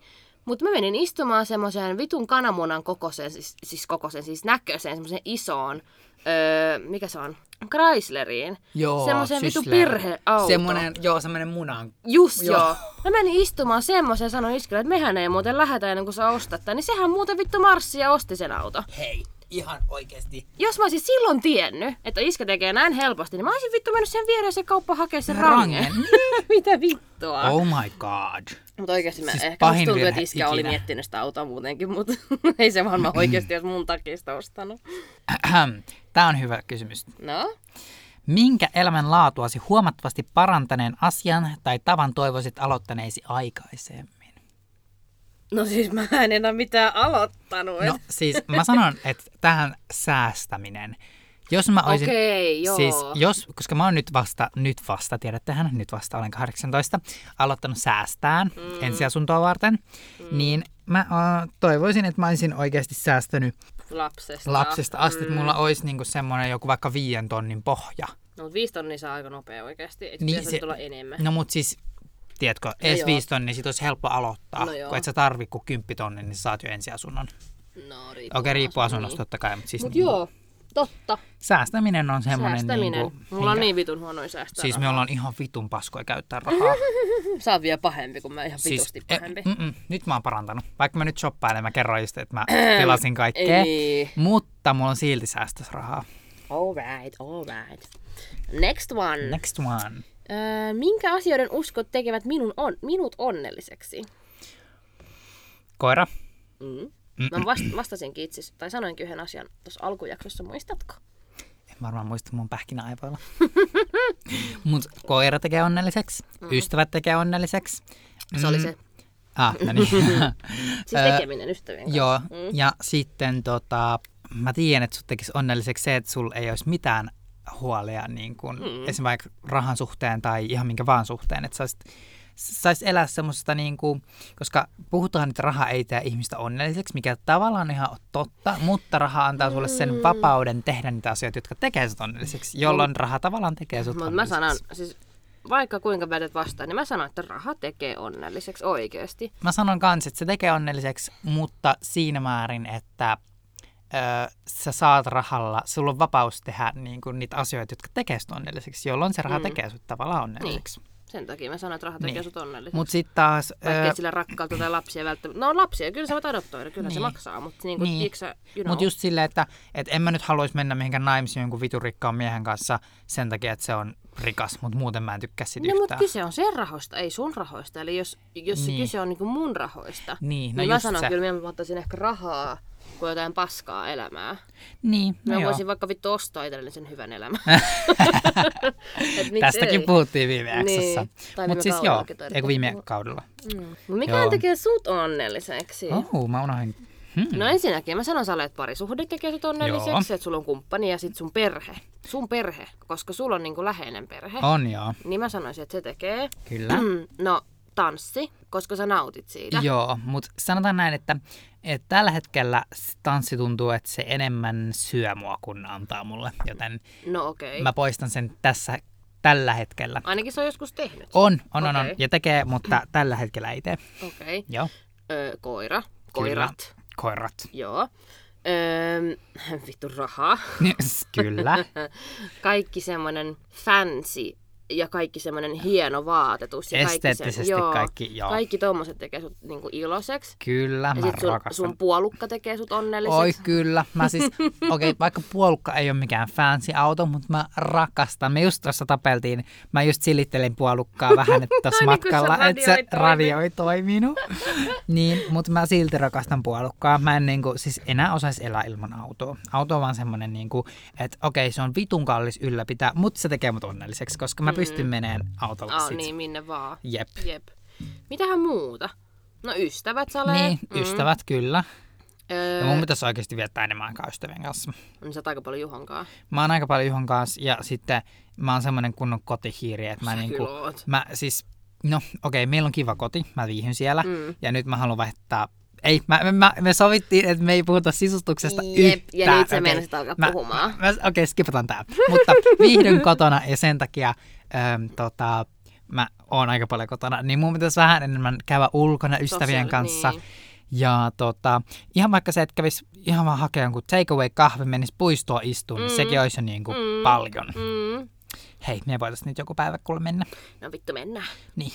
[SPEAKER 1] mutta mä menin istumaan semmoiseen vitun kananmunan kokoisen, siis, siis kokoisen, siis näköiseen, semmoiseen isoon, öö, mikä se on, Chrysleriin.
[SPEAKER 2] Joo,
[SPEAKER 1] Semmoiseen vitun
[SPEAKER 2] Chrysler.
[SPEAKER 1] perheauto.
[SPEAKER 2] Semmonen, joo, semmonen munan.
[SPEAKER 1] Just
[SPEAKER 2] Joo.
[SPEAKER 1] joo. joo. Mä menin istumaan semmoisen ja sanoin iskelle, että mehän ei muuten lähetä ennen kuin sä ostat tän. Niin sehän muuten vittu marssi ja osti sen auto.
[SPEAKER 2] Hei, ihan oikeesti.
[SPEAKER 1] Jos mä olisin silloin tiennyt, että iskä tekee näin helposti, niin mä olisin vittu mennyt sen viereiseen kauppaan hakemaan sen
[SPEAKER 2] Rangen.
[SPEAKER 1] rangen. Mitä vittua? Oh.
[SPEAKER 2] Oh my god.
[SPEAKER 1] Mutta oikeasti mä
[SPEAKER 2] Siis
[SPEAKER 1] siis ehkä
[SPEAKER 2] pahin
[SPEAKER 1] musta tuntuu,
[SPEAKER 2] virhe
[SPEAKER 1] että iskä oli
[SPEAKER 2] ikinä. Mm.
[SPEAKER 1] miettinyt sitä autoa muutenkin, mutta ei se varmaan oikeasti olisi mun takia sitä ostanut.
[SPEAKER 2] Ahem. Tää on hyvä kysymys.
[SPEAKER 1] No?
[SPEAKER 2] Minkä elämän laatuasi huomattavasti parantaneen asian tai tavan toivoisit aloittaneesi aikaisemmin?
[SPEAKER 1] No siis mä en enää mitään aloittanut.
[SPEAKER 2] No
[SPEAKER 1] No.
[SPEAKER 2] siis mä sanon, että tähän säästäminen. Jos mä olisin,
[SPEAKER 1] Okei, joo.
[SPEAKER 2] siis jos, koska mä oon nyt vasta, nyt vasta, tiedättehän, nyt vasta olen 18, aloittanut säästään mm. ensiasuntoa varten, mm. niin mä äh, toivoisin, että mä olisin oikeasti säästänyt
[SPEAKER 1] Lapsesta.
[SPEAKER 2] lapsesta asti, että
[SPEAKER 1] mm.
[SPEAKER 2] mulla olisi niinku semmoinen joku vaikka viien tonnin pohja.
[SPEAKER 1] No, mut viisi tonnia saa aika nopea oikeasti. Eikö
[SPEAKER 2] Niin
[SPEAKER 1] niin
[SPEAKER 2] se-
[SPEAKER 1] se... tulla enemmän? No
[SPEAKER 2] No mut siis, tiedätkö,
[SPEAKER 1] joo.
[SPEAKER 2] edes viisi tonnia, sit olisi helppo aloittaa.
[SPEAKER 1] No joo.
[SPEAKER 2] kun et sä tarvi kuin kymppitonnin, niin sä saat jo ensiasunnon.
[SPEAKER 1] No, riippuu.
[SPEAKER 2] Okei, riippuu asunnosta
[SPEAKER 1] Niin.
[SPEAKER 2] totta kai, mutta siis
[SPEAKER 1] Mut
[SPEAKER 2] niinku,
[SPEAKER 1] joo, totta.
[SPEAKER 2] säästäminen on semmoinen...
[SPEAKER 1] Säästäminen.
[SPEAKER 2] Niinku,
[SPEAKER 1] Mulla on
[SPEAKER 2] minkä-
[SPEAKER 1] niin vitun huonoin säästää.
[SPEAKER 2] Siis me ollaan ihan vitun paskoja käyttää rahaa.
[SPEAKER 1] Sä oot vielä pahempi, kun mä ihan
[SPEAKER 2] siis,
[SPEAKER 1] vitusti pahempi.
[SPEAKER 2] e, mm-mm, nyt mä oon parantanut. Vaikka mä nyt shoppailen, mä kerroin just, että mä tilasin kaikkea.
[SPEAKER 1] Ei.
[SPEAKER 2] Mutta mulla on silti säästösrahaa.
[SPEAKER 1] Mm. Alright, alright. Next one.
[SPEAKER 2] Next one.
[SPEAKER 1] Öö, minkä asioiden uskot tekevät minun on, minut onnelliseksi?
[SPEAKER 2] Koira.
[SPEAKER 1] Mm. Mä vast, vastasinkin itse asiassa- tai sanoinkin yhden asian tuossa alkujaksossa, muistatko?
[SPEAKER 2] En varmaan muista mun pähkinäaivoilla. Mut koira tekee onnelliseksi.
[SPEAKER 1] Mm.
[SPEAKER 2] Ystävät tekee onnelliseksi.
[SPEAKER 1] Se oli se,
[SPEAKER 2] Ah, no niin.
[SPEAKER 1] siis tekeminen ystävien kanssa. Mm.
[SPEAKER 2] Joo, ja sitten tota, mä tiedän, että sut tekisi onnelliseksi se, että sulla ei olisi mitään huolia niin kun, mm. esimerkiksi vaikka rahan suhteen tai ihan minkä vaan suhteen, että saisit sais elää semmoista, niin kuin, koska puhutaan, että raha ei tee ihmistä onnelliseksi, mikä tavallaan on ihan totta, mutta raha antaa sulle
[SPEAKER 1] Mm.
[SPEAKER 2] sen vapauden tehdä niitä asioita, jotka tekee sut onnelliseksi, jolloin raha tavallaan tekee sut
[SPEAKER 1] Mutta mä
[SPEAKER 2] onnelliseksi.
[SPEAKER 1] sanon, siis vaikka kuinka väität vastaan, niin mä sanon, että raha tekee onnelliseksi Niin. oikeasti.
[SPEAKER 2] mä sanon kans, että se tekee onnelliseksi, mutta siinä määrin, että ö, sä saat rahalla, sulla on vapaus tehdä niin kuin, niitä asioita, jotka tekee sut onnelliseksi, jolloin se raha mm. tekee sut tavallaan onnelliseksi. Niin.
[SPEAKER 1] Sen takia mä sanon, että raha tekee niin.
[SPEAKER 2] Niin.
[SPEAKER 1] sut onnelliseksi.
[SPEAKER 2] Mutta sitten taas,
[SPEAKER 1] Vaikka
[SPEAKER 2] ö,
[SPEAKER 1] et sillä rakkautta tai lapsia välttämättä. No lapsia, kyllä sä voit adoptoida, kyllä niin. se
[SPEAKER 2] Niin.
[SPEAKER 1] maksaa, mutta niin kuin,
[SPEAKER 2] Niin.
[SPEAKER 1] niin. sä, you know.
[SPEAKER 2] Mutta just silleen, että et en mä nyt haluaisi mennä mihinkään naimisiin jonkun viturikkaan miehen kanssa sen takia, että se on rikas, mutta muuten mä en tykkää siitä
[SPEAKER 1] No, mutta
[SPEAKER 2] yhtään.
[SPEAKER 1] kyse on sen rahoista, ei sun rahoista. Eli jos, jos
[SPEAKER 2] Niin.
[SPEAKER 1] niin. kyse on niin mun rahoista,
[SPEAKER 2] Niin, no
[SPEAKER 1] niin mä
[SPEAKER 2] just
[SPEAKER 1] sanon
[SPEAKER 2] se.
[SPEAKER 1] kyllä, mieluummin mä ottaisin ehkä rahaa kuin jotain paskaa elämää.
[SPEAKER 2] Niin,
[SPEAKER 1] Mä
[SPEAKER 2] no joo.
[SPEAKER 1] voisin vaikka vittu ostaa itselleni sen hyvän elämän. Et miksi
[SPEAKER 2] Tästäkin
[SPEAKER 1] ei?
[SPEAKER 2] puhuttiin viime
[SPEAKER 1] Niin.
[SPEAKER 2] jaksossa.
[SPEAKER 1] Tai viime
[SPEAKER 2] Mutta siis joo,
[SPEAKER 1] kaudellakin taidettiin
[SPEAKER 2] eikö viime kaudella?
[SPEAKER 1] Mm. Mut Mikä
[SPEAKER 2] Joo.
[SPEAKER 1] tekee sut onnelliseksi?
[SPEAKER 2] Oh, mä unohdin. Hmm.
[SPEAKER 1] No ensinnäkin mä sanon sä että parisuhde tekee sut onnelliseksi, että sulla on kumppani ja sit sun perhe. Sun perhe, koska sulla on niinku läheinen perhe.
[SPEAKER 2] On joo,
[SPEAKER 1] Niin mä sanoisin, että se tekee.
[SPEAKER 2] Oh. kyllä.
[SPEAKER 1] No tanssi, koska sä nautit siitä.
[SPEAKER 2] Joo, mutta sanotaan näin, että, että tällä hetkellä s- tanssi tuntuu, että se enemmän syö mua kuin antaa mulle, joten
[SPEAKER 1] No okei.
[SPEAKER 2] mä poistan sen tässä tällä hetkellä.
[SPEAKER 1] Ainakin se on joskus tehnyt.
[SPEAKER 2] On, on, on, on,
[SPEAKER 1] Okei.
[SPEAKER 2] ja tekee, mutta tällä hetkellä ei tee.
[SPEAKER 1] Okei. Okay.
[SPEAKER 2] Joo,
[SPEAKER 1] Öö, koira. Koirat.
[SPEAKER 2] Kyllä. koirat.
[SPEAKER 1] Joo. Öö, vittu rahaa.
[SPEAKER 2] Yes, Kyllä,
[SPEAKER 1] Kaikki semmoinen fancy ja kaikki semmoinen hieno vaatetus. Ja
[SPEAKER 2] Esteettisesti kaikki, joo.
[SPEAKER 1] Kaikki tommoset tekee sut niinku iloiseksi.
[SPEAKER 2] kyllä,
[SPEAKER 1] Ja
[SPEAKER 2] mä
[SPEAKER 1] sit sun,
[SPEAKER 2] rakastan.
[SPEAKER 1] sun puolukka tekee sut onnelliseksi.
[SPEAKER 2] Oi kyllä, mä siis, okei, okay, vaikka puolukka ei ole mikään fancy auto, mutta mä rakastan. Me just tuossa tapeltiin, mä just silittelin puolukkaa vähän, että tuossa
[SPEAKER 1] Ai niin, kun se
[SPEAKER 2] matkalla, että se
[SPEAKER 1] radio ei toimi.
[SPEAKER 2] radio ei toiminut. niin, mutta mä silti rakastan puolukkaa. Mä en niinku, siis enää osaisi elää ilman autoa. Auto on vaan semmonen niinku, että okei, okay, se on vitun kallis ylläpitää, mutta se tekee mut onnelliseksi, koska mä pystyn meneen autolla
[SPEAKER 1] Ah,
[SPEAKER 2] sit.
[SPEAKER 1] Mm. niin, minne vaan.
[SPEAKER 2] Jep.
[SPEAKER 1] Jep. Mitähän muuta? No ystävät sä olet.
[SPEAKER 2] Niin, ystävät kyllä.
[SPEAKER 1] Öö,
[SPEAKER 2] Ja mun pitäisi oikeasti viettää enemmän aikaa ystävien kanssa.
[SPEAKER 1] niin sä oot aika paljon Juhonkaan.
[SPEAKER 2] Mä oon aika paljon Juhon kanssa ja sitten mä oon semmoinen kunnon kotihiiri, että mä
[SPEAKER 1] Sä
[SPEAKER 2] niinku,
[SPEAKER 1] kyllä oot.
[SPEAKER 2] mä siis, no okei, okay, meillä on kiva koti, mä viihyn siellä
[SPEAKER 1] Mm-hmm.
[SPEAKER 2] mm. ja nyt mä haluan vaihtaa ei, mä, mä- mä, me sovittiin, että me ei puhuta sisustuksesta
[SPEAKER 1] Jep, ja
[SPEAKER 2] yhtään.
[SPEAKER 1] nyt sä
[SPEAKER 2] Okei,
[SPEAKER 1] meinasit alkaa
[SPEAKER 2] mä-
[SPEAKER 1] puhumaan.
[SPEAKER 2] Mä, okei, okay, skipataan tää. Mutta viihdyn kotona ja sen takia äm, tota, mä oon aika paljon kotona, niin mun pitäisi vähän enemmän käydä ulkona ystävien
[SPEAKER 1] Sosiaali-
[SPEAKER 2] kanssa.
[SPEAKER 1] niin.
[SPEAKER 2] Ja tota, ihan vaikka se, että kävis ihan vaan hakea jonkun takeaway kahvi, menisi puistoon istuun, mm. niin sekin olisi jo niin kuin mm. paljon.
[SPEAKER 1] Mm.
[SPEAKER 2] Hei, me voitaisiin nyt joku päivä kuule mennä.
[SPEAKER 1] No vittu mennään.
[SPEAKER 2] Niin.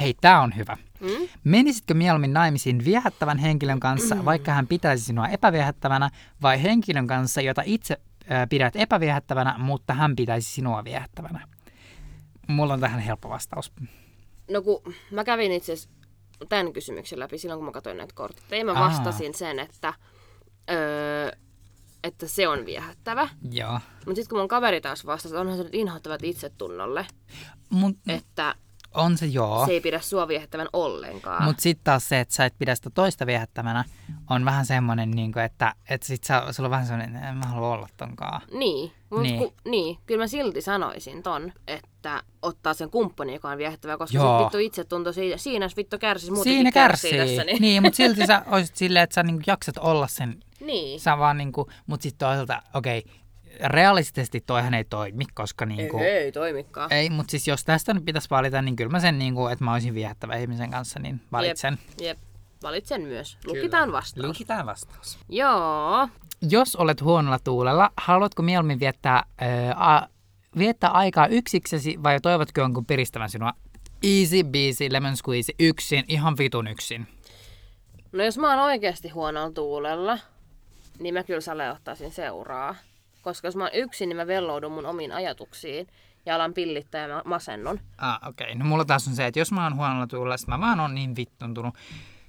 [SPEAKER 2] Hei, tää on hyvä. Mm? Menisitkö mieluummin naimisiin viehättävän henkilön
[SPEAKER 1] Mm.
[SPEAKER 2] kanssa, vaikka hän pitäisi sinua epäviehättävänä, vai henkilön kanssa, jota itse ö, pidät epäviehättävänä, mutta hän pitäisi sinua viehättävänä? Mulla on tähän helppo vastaus.
[SPEAKER 1] No kun mä kävin itse asiassa tämän kysymyksen läpi silloin, kun mä katsoin näitä kortteja. Mä
[SPEAKER 2] Aa.
[SPEAKER 1] vastasin sen, että, öö, että se on viehättävä.
[SPEAKER 2] Joo. Mm.
[SPEAKER 1] Mutta sitten kun mun kaveri taas vastasi, että onhan se nyt inhoittavat itsetunnolle,
[SPEAKER 2] Mun,
[SPEAKER 1] että
[SPEAKER 2] On se joo.
[SPEAKER 1] Se ei pidä sua viehättävän ollenkaan.
[SPEAKER 2] Mutta sitten taas se, että sä et pidä sitä toista viehättävänä, on vähän semmoinen, niin kuin, että, että sit sä, sulla on vähän semmoinen, en mä halua olla tonkaan.
[SPEAKER 1] Niin, mut
[SPEAKER 2] Niin.
[SPEAKER 1] niin. Ku, niin, kyllä mä silti sanoisin ton, että ottaa sen kumppani, joka on viehättävä, koska
[SPEAKER 2] Joo.
[SPEAKER 1] sit vittu itse tuntuu siinä, siinä jos vittu kärsisi, muutenkin
[SPEAKER 2] Siinä kärsii.
[SPEAKER 1] tässä. Niin.
[SPEAKER 2] niin, mutta silti sä olisit silleen, että sä niinku jaksat olla sen.
[SPEAKER 1] niin.
[SPEAKER 2] Sä vaan niinku, mutta sitten toisaalta, okei, realistisesti toihan ei toimi, koska niinku...
[SPEAKER 1] Ei, ei toimikaan.
[SPEAKER 2] Ei, mutta siis jos tästä nyt pitäisi valita, niin kyllä mä sen, niin kuin, että mä olisin viehättävä ihmisen kanssa, niin valitsen.
[SPEAKER 1] Jep, jep. Valitsen myös. Lukitaan vastaus.
[SPEAKER 2] Lukitaan vastaus.
[SPEAKER 1] Joo.
[SPEAKER 2] Jos olet huonolla tuulella, haluatko mieluummin viettää, ää, a, viettää aikaa yksiksesi vai toivotko jonkun piristävän sinua? Easy busy, lemon squeezy, yksin, ihan vitun yksin.
[SPEAKER 1] No jos mä oon oikeasti huonolla tuulella, niin mä kyllä saleohtaisin seuraa. Koska jos mä oon yksin, niin mä velloudun mun omiin ajatuksiin ja alan pillittää ja mä masennun. Siis
[SPEAKER 2] Ah, okei. Okay. No mulla taas on se, että jos mä oon huonolla tuulella, sit mä vaan oon niin vittuntunut,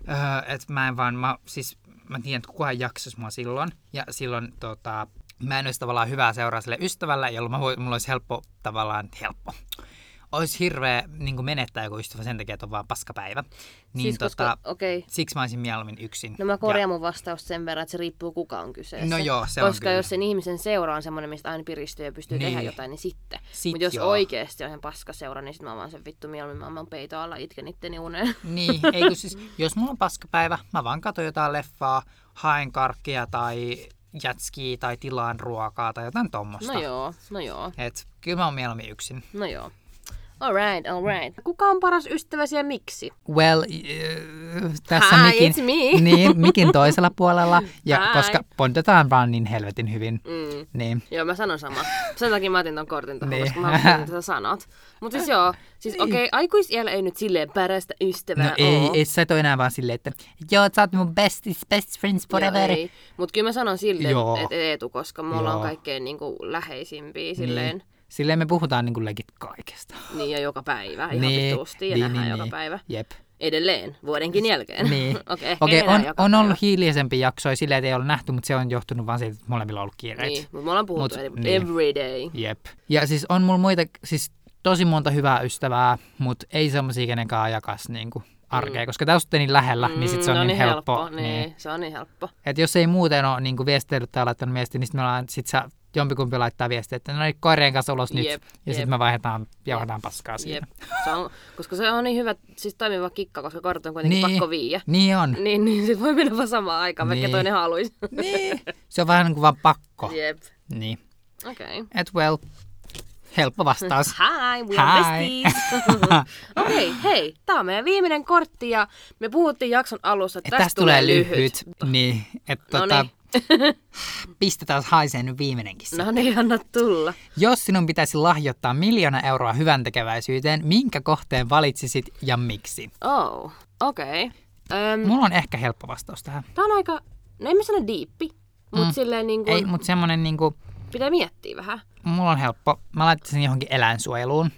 [SPEAKER 2] öö, että mä en vaan, mä, siis mä tiedän, että kukaan jaksaisi mua silloin. Ja silloin tota, mä en olisi tavallaan hyvää seuraa sille ystävällä, jolloin mä voi, mulla olisi helppo tavallaan, helppo. Olisi hirveä niin menettää joku ystävä sen takia, että on vaan paskapäivä. Niin
[SPEAKER 1] siis koska, okei.
[SPEAKER 2] Siksi mä olisin mieluummin yksin.
[SPEAKER 1] No mä korjaan mun vastausta sen verran, että se riippuu kuka on kyseessä.
[SPEAKER 2] No joo, se on
[SPEAKER 1] Koska
[SPEAKER 2] kyllä.
[SPEAKER 1] jos sen ihmisen seura on semmoinen, mistä aina piristyy ja pystyy
[SPEAKER 2] Niin.
[SPEAKER 1] niin. tehdä jotain, niin sitten.
[SPEAKER 2] Sit
[SPEAKER 1] Mutta jos
[SPEAKER 2] joo.
[SPEAKER 1] oikeasti on sen paskaseura, niin sitten mä vaan sen vittu mieluummin, mä oon peito alla itken itteni uneen. No
[SPEAKER 2] Niin, ei kun siis, jos mulla on paskapäivä, mä vaan katon jotain leffaa, haen karkkia tai jätskiä tai tilaan ruokaa tai jotain tommosta.
[SPEAKER 1] No joo, no joo,
[SPEAKER 2] Et, kyllä mä oon mieluummin yksin.
[SPEAKER 1] no joo. Alright, alright. Kuka on paras ystäväsi ja miksi?
[SPEAKER 2] Well, äh, tässä
[SPEAKER 1] Hi,
[SPEAKER 2] mikin,
[SPEAKER 1] it's me.
[SPEAKER 2] Niin, mikin toisella puolella. Ja
[SPEAKER 1] Hi.
[SPEAKER 2] koska pondetaan vaan niin helvetin hyvin.
[SPEAKER 1] Mm.
[SPEAKER 2] Niin.
[SPEAKER 1] Joo, mä sanon sama. Sen takia mä otin ton kortin tuohon,
[SPEAKER 2] Niin.
[SPEAKER 1] koska mä otin, mitä sä sanot. Mutta siis joo, siis okei, okay, aikuisiellä ei nyt silleen parasta ystävää
[SPEAKER 2] No ei,
[SPEAKER 1] oo.
[SPEAKER 2] ei sä et oo enää vaan silleen, että joo, sä oot mun besties, best friends forever. Niin.
[SPEAKER 1] Joo, ei. Mut kyllä mä sanon silleen,
[SPEAKER 2] Joo.
[SPEAKER 1] että Eetu, koska me ollaan
[SPEAKER 2] Joo.
[SPEAKER 1] kaikkein niinku läheisimpiä silleen.
[SPEAKER 2] Niin. Silleen me puhutaan niinku legit kaikesta.
[SPEAKER 1] Niin. ja joka päivä, ihan
[SPEAKER 2] Niin,
[SPEAKER 1] vituusti ja
[SPEAKER 2] niin,
[SPEAKER 1] nähdään
[SPEAKER 2] niin,
[SPEAKER 1] joka
[SPEAKER 2] niin.
[SPEAKER 1] päivä.
[SPEAKER 2] Jep.
[SPEAKER 1] Edelleen, vuodenkin jälkeen.
[SPEAKER 2] Niin.
[SPEAKER 1] Okei, ehkä
[SPEAKER 2] Okei,
[SPEAKER 1] ei enää
[SPEAKER 2] on,
[SPEAKER 1] joka
[SPEAKER 2] on
[SPEAKER 1] päivä.
[SPEAKER 2] ollut hiileisempi jaksoja silleen, että ei ole nähty, mutta se on johtunut vaan siitä, että molemmilla on ollut kiireet.
[SPEAKER 1] Niin, mutta me ollaan puhuttu
[SPEAKER 2] Mut-
[SPEAKER 1] Mut,
[SPEAKER 2] niin.
[SPEAKER 1] niin. every day.
[SPEAKER 2] Jep. Ja siis on mulla muita, siis tosi monta hyvää ystävää, mutta ei semmosia kenenkaan jakas niinku arkea, mm. koska tästä niin lähellä, mm, niin sit se on
[SPEAKER 1] no
[SPEAKER 2] niin, helppo.
[SPEAKER 1] Niin. niin. se on niin helppo.
[SPEAKER 2] Et jos ei muuten ole niinku viesteilyt tai laittanut viestiä, niin sit me ollaan, sit sä jompikumpi laittaa viestiä, että no niin koirien kanssa ulos nyt,
[SPEAKER 1] Jep,
[SPEAKER 2] ja
[SPEAKER 1] jep.
[SPEAKER 2] sitten me vaihdetaan, jauhetaan paskaa siitä.
[SPEAKER 1] Jep. Se on, koska se on niin hyvä, siis toimiva kikka, koska kortit on kuitenkin
[SPEAKER 2] Niin.
[SPEAKER 1] pakko viiä.
[SPEAKER 2] Niin on.
[SPEAKER 1] Niin, niin sit voi mennä vaan samaan aikaan, vaikka
[SPEAKER 2] Niin.
[SPEAKER 1] toinen haluaisi.
[SPEAKER 2] niin. Se on vähän niin kuin vaan pakko.
[SPEAKER 1] Jep.
[SPEAKER 2] Niin.
[SPEAKER 1] Okei. Okay.
[SPEAKER 2] Et well, helppo vastaus.
[SPEAKER 1] Hi, we are
[SPEAKER 2] Hi.
[SPEAKER 1] besties. Okei, okay, hei, tää on meidän viimeinen kortti ja me puhuttiin jakson alussa, että
[SPEAKER 2] Et tästä tulee lyhyt. lyhyt. Niin, että
[SPEAKER 1] No
[SPEAKER 2] tota, pistetään haiseen nyt viimeinenkin. se.
[SPEAKER 1] No niin, anna tulla.
[SPEAKER 2] Jos sinun pitäisi lahjoittaa miljoona euroa hyvän tekeväisyyteen, minkä kohteen valitsisit ja miksi?
[SPEAKER 1] Oh, okei. Okay. Um,
[SPEAKER 2] Mulla on ehkä helppo vastaus tähän.
[SPEAKER 1] tää on aika, no en mä sano diippi, mutta
[SPEAKER 2] Mm.
[SPEAKER 1] silleen niin
[SPEAKER 2] Ei,
[SPEAKER 1] kuin,
[SPEAKER 2] mutta semmonen niinku,
[SPEAKER 1] pitää miettiä vähän.
[SPEAKER 2] mulla on helppo. Mä laittaisin johonkin eläinsuojeluun,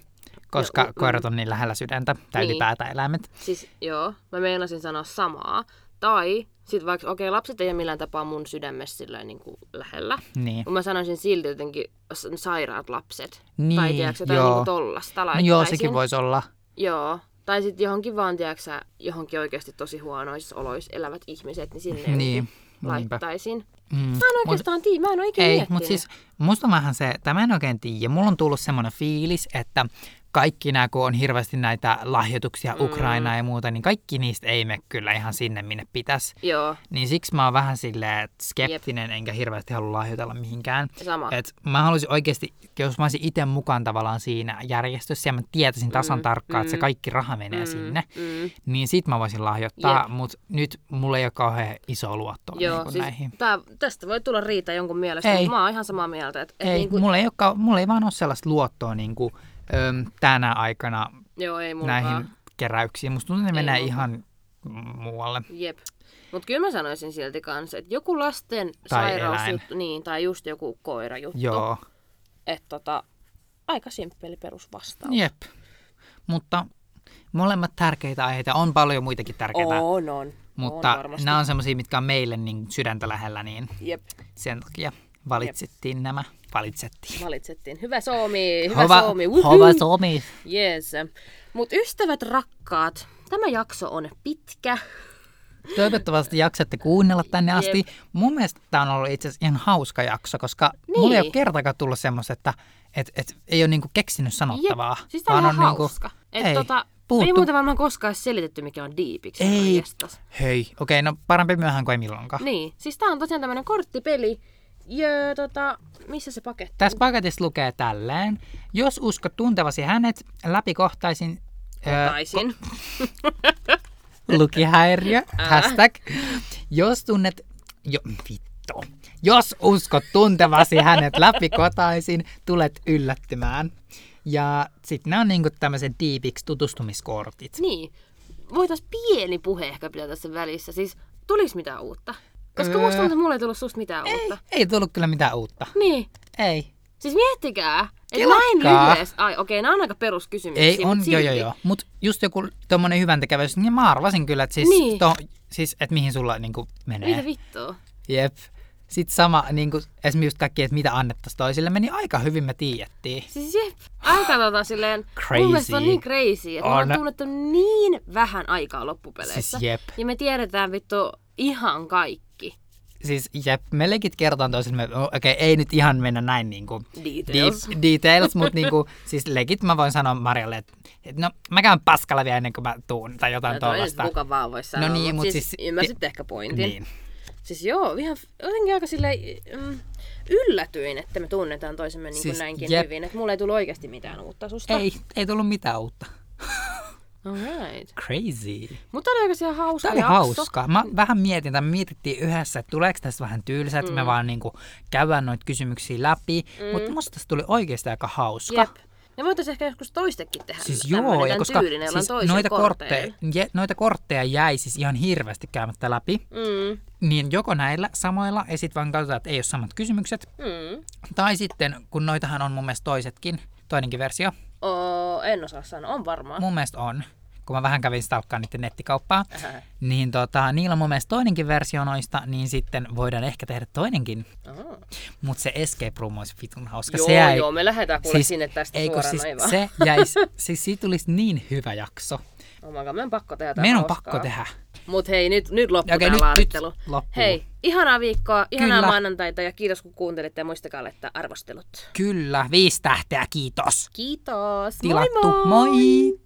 [SPEAKER 2] koska
[SPEAKER 1] Joo, mm.
[SPEAKER 2] koirat on niin lähellä sydäntä, tai
[SPEAKER 1] Niin.
[SPEAKER 2] ylipäätään eläimet.
[SPEAKER 1] Siis joo, mä meinasin sanoa samaa. Tai sit vaikka, okei, lapset ei ole millään tapaa mun sydämessä silleen niin kuin lähellä.
[SPEAKER 2] Niin.
[SPEAKER 1] Mut Mä sanoisin silti jotenkin s- sairaat lapset. tai
[SPEAKER 2] Niin,
[SPEAKER 1] tiedätkö, jotain
[SPEAKER 2] joo.
[SPEAKER 1] niinku tollasta
[SPEAKER 2] No joo,
[SPEAKER 1] laittaisin.
[SPEAKER 2] sekin voisi olla.
[SPEAKER 1] Joo. Tai sitten johonkin vaan, tiedäksä, johonkin oikeasti tosi huonoissa oloissa elävät ihmiset, niin sinne
[SPEAKER 2] Niin,
[SPEAKER 1] niin,
[SPEAKER 2] niinpä.
[SPEAKER 1] laittaisin.
[SPEAKER 2] Mm.
[SPEAKER 1] Mä en oikeastaan tiedä, mä en ole ikinä
[SPEAKER 2] Ei,
[SPEAKER 1] miettinyt.
[SPEAKER 2] mutta siis musta on vähän se, että mä en oikein tiedä. Mulla on tullut semmoinen fiilis, että kaikki nämä, kun on hirveästi näitä
[SPEAKER 1] Mm.
[SPEAKER 2] lahjoituksia Ukrainaan ja muuta, niin kaikki niistä ei mene kyllä ihan sinne, minne pitäisi.
[SPEAKER 1] Joo,
[SPEAKER 2] Niin siksi mä oon vähän silleen skeptinen, enkä hirveästi halua lahjoitella mihinkään.
[SPEAKER 1] sama. Et,
[SPEAKER 2] Et mä haluaisin oikeasti, jos mä olisin itse mukaan tavallaan siinä järjestössä ja mä tietäisin tasan mm, tarkkaan, että se kaikki raha menee mm, sinne,
[SPEAKER 1] mm.
[SPEAKER 2] niin sit mä voisin lahjoittaa,
[SPEAKER 1] Jep.
[SPEAKER 2] mutta nyt mulla ei ole kauhean iso luottoa
[SPEAKER 1] Joo,
[SPEAKER 2] niin
[SPEAKER 1] siis
[SPEAKER 2] näihin.
[SPEAKER 1] tää, tästä voi tulla riita jonkun mielestä,
[SPEAKER 2] Ei.
[SPEAKER 1] mutta mä oon ihan samaa mieltä. Et, et
[SPEAKER 2] Ei,
[SPEAKER 1] niinku,
[SPEAKER 2] niin kuin... mulla, ei olekaan, mulla ei vaan ole sellaista luottoa niin kuin, öm, tänä aikana
[SPEAKER 1] Joo, ei
[SPEAKER 2] Mulkaa.
[SPEAKER 1] mullakaan.
[SPEAKER 2] näihin keräyksiin. Musta tuntuu, että ne
[SPEAKER 1] Ei
[SPEAKER 2] menee
[SPEAKER 1] mulkaan.
[SPEAKER 2] ihan m- muualle.
[SPEAKER 1] Jep. Mutta kyllä mä sanoisin silti kanssa, että joku lasten
[SPEAKER 2] Tai
[SPEAKER 1] sairausjuttu, niin, tai just joku koirajuttu.
[SPEAKER 2] Joo,
[SPEAKER 1] Että tota, aika simppeli perusvastaus.
[SPEAKER 2] jep. Mutta molemmat tärkeitä aiheita. On paljon muitakin tärkeitä,
[SPEAKER 1] on, on.
[SPEAKER 2] mutta
[SPEAKER 1] on varmasti.
[SPEAKER 2] nämä on semmoisia, mitkä on meille niin sydäntä lähellä, niin
[SPEAKER 1] Jep.
[SPEAKER 2] sen takia Valitsettiin Jep. nämä. Valitsettiin.
[SPEAKER 1] Valitsettiin. Hyvä Suomi, No, hyvä
[SPEAKER 2] Hova,
[SPEAKER 1] Suomi.
[SPEAKER 2] hova Suomi.
[SPEAKER 1] Yes. Mutta ystävät rakkaat, tämä jakso on pitkä.
[SPEAKER 2] Toivottavasti jaksatte kuunnella tänne
[SPEAKER 1] Jep.
[SPEAKER 2] asti. Mun mielestä tämä on ollut itse asiassa ihan hauska jakso, koska niin. mulla ei ole
[SPEAKER 1] Niin.
[SPEAKER 2] kertaakaan tullut semmoista, että et, et, ei ole niinku keksinyt sanottavaa.
[SPEAKER 1] Jep. Siis tää on ihan
[SPEAKER 2] niinku-
[SPEAKER 1] hauska. Et
[SPEAKER 2] ei,
[SPEAKER 1] tota,
[SPEAKER 2] puuttu.
[SPEAKER 1] ei muuten varmaan koskaan edes selitetty, mikä on diipiksi.
[SPEAKER 2] Ei.
[SPEAKER 1] oikeastaan.
[SPEAKER 2] Hei, okei, no parempi myöhään kuin ei milloinkaan.
[SPEAKER 1] Niin, siis tää on tosiaan tämmönen korttipeli. Ja tota, missä se paketti? on?
[SPEAKER 2] Tässä paketissa lukee tälleen. Jos uskot tuntevasi hänet, läpikohtaisin ö,
[SPEAKER 1] Taisin.
[SPEAKER 2] lukihäiriö, hashtag. Jos tunnet... Jo, vittu. Jos uskot tuntevasi hänet läpikotaisin, tulet yllättymään. Ja sitten nämä on niinku tämmöiset diipiksi tutustumiskortit.
[SPEAKER 1] Niin. Voitais pieni puhe ehkä pitää tässä välissä. Siis tuliks mitään uutta? Koska
[SPEAKER 2] Öö.
[SPEAKER 1] musta tuntuu, että mulla ei tullut susta mitään
[SPEAKER 2] Ei,
[SPEAKER 1] uutta.
[SPEAKER 2] ei tullut kyllä mitään uutta.
[SPEAKER 1] Niin.
[SPEAKER 2] Ei.
[SPEAKER 1] Siis miettikää, että
[SPEAKER 2] Kelatkaa.
[SPEAKER 1] näin lyhyessä... Ai okei, okay, nämä on aika peruskysymyksiä.
[SPEAKER 2] Ei, on,
[SPEAKER 1] mut
[SPEAKER 2] joo, joo,
[SPEAKER 1] silti.
[SPEAKER 2] joo. Mutta just joku tommonen hyvän tekeväisyys, niin mä arvasin kyllä, että siis,
[SPEAKER 1] Niin.
[SPEAKER 2] to, siis että mihin sulla niinku menee.
[SPEAKER 1] Mitä vittua?
[SPEAKER 2] Jep. Sitten sama, niin kuin esimerkiksi just kaikki, että mitä annettaisiin toisille, meni aika hyvin, me tiedettiin.
[SPEAKER 1] Siis jep, aika tota silleen,
[SPEAKER 2] Crazy.
[SPEAKER 1] mun mielestä se on niin crazy, että on. me
[SPEAKER 2] On.
[SPEAKER 1] ollaan tunnettu niin vähän aikaa loppupeleissä.
[SPEAKER 2] Siis jep.
[SPEAKER 1] Ja me tiedetään vittu ihan kaikki.
[SPEAKER 2] Siis jep, me legit kertaan toisille, okei, okay, ei nyt ihan mennä näin niin kuin
[SPEAKER 1] Details.
[SPEAKER 2] Deep, details mutta niin kuin, siis legit mä voin sanoa Marjalle, että et no mä käyn paskalla vielä ennen kuin mä tuun tai jotain
[SPEAKER 1] Tämä nyt
[SPEAKER 2] tuollaista.
[SPEAKER 1] kuka vaan voi sanoa,
[SPEAKER 2] niin,
[SPEAKER 1] mut
[SPEAKER 2] mut
[SPEAKER 1] siis,
[SPEAKER 2] siis-
[SPEAKER 1] ymmärsitte ehkä pointin.
[SPEAKER 2] Niin.
[SPEAKER 1] Siis joo, ihan jotenkin aika silleen mm, yllätyin, että me tunnetaan toisemme niin kuin
[SPEAKER 2] Siis
[SPEAKER 1] näinkin
[SPEAKER 2] jep.
[SPEAKER 1] hyvin. Että mulla ei tullut oikeasti mitään uutta susta.
[SPEAKER 2] Ei, ei tullut mitään uutta.
[SPEAKER 1] Alright.
[SPEAKER 2] Crazy.
[SPEAKER 1] Mutta oli oikeasti ihan hauska
[SPEAKER 2] Tämä oli
[SPEAKER 1] jakso.
[SPEAKER 2] hauska. Mä vähän mietin, tai me mietittiin yhdessä, että tuleeko tässä vähän tylsä, että me vaan niinku käydään noita kysymyksiä läpi. Mm. Mutta musta tästä tuli oikeasti aika hauska.
[SPEAKER 1] Jep. Ne voitaisiin ehkä joskus toistekin tehdä.
[SPEAKER 2] Siis
[SPEAKER 1] tämmönen
[SPEAKER 2] joo, ja
[SPEAKER 1] tän
[SPEAKER 2] koska
[SPEAKER 1] tyylinen, jollain
[SPEAKER 2] siis
[SPEAKER 1] toisen
[SPEAKER 2] noita, kortteja,
[SPEAKER 1] korteilla.
[SPEAKER 2] je, noita kortteja jäi siis ihan hirveästi käymättä läpi,
[SPEAKER 1] Mm,
[SPEAKER 2] niin joko näillä samoilla, ja sitten vaan katsotaan, että ei ole samat kysymykset,
[SPEAKER 1] mm.
[SPEAKER 2] tai sitten, kun noitahan on mun mielestä toisetkin, toinenkin versio,
[SPEAKER 1] Oo, en osaa sanoa, on varmaan.
[SPEAKER 2] mun mielestä on, kun mä vähän kävin stalkkaan niiden nettikauppaa,
[SPEAKER 1] Ähä.
[SPEAKER 2] niin tota, niillä on mun mielestä toinenkin versio noista, niin sitten voidaan ehkä tehdä toinenkin,
[SPEAKER 1] Oho. mutta
[SPEAKER 2] mutta se escape room olisi vitun hauska.
[SPEAKER 1] Joo,
[SPEAKER 2] se jäi,
[SPEAKER 1] joo, me lähdetään kuule siis, sinne tästä
[SPEAKER 2] ei, kun
[SPEAKER 1] suoraan
[SPEAKER 2] siis,
[SPEAKER 1] noin vaan.
[SPEAKER 2] se jäisi, siis siitä tulisi niin hyvä jakso.
[SPEAKER 1] Oh my god, meidän on pakko tehdä tää
[SPEAKER 2] Meidän on
[SPEAKER 1] hauskaa.
[SPEAKER 2] pakko tehdä.
[SPEAKER 1] Mut hei, nyt, nyt loppuu
[SPEAKER 2] Okei,
[SPEAKER 1] tää
[SPEAKER 2] nyt-
[SPEAKER 1] laarittelu.
[SPEAKER 2] nyt loppuu.
[SPEAKER 1] Hei, ihanaa viikkoa, ihanaa
[SPEAKER 2] Kyllä.
[SPEAKER 1] maanantaita ja kiitos kun kuuntelitte ja muistakaa laittaa arvostelut.
[SPEAKER 2] Kyllä, viisi tähteä, kiitos.
[SPEAKER 1] Kiitos!
[SPEAKER 2] Tilattu,
[SPEAKER 1] Moi moi!
[SPEAKER 2] moi! moi.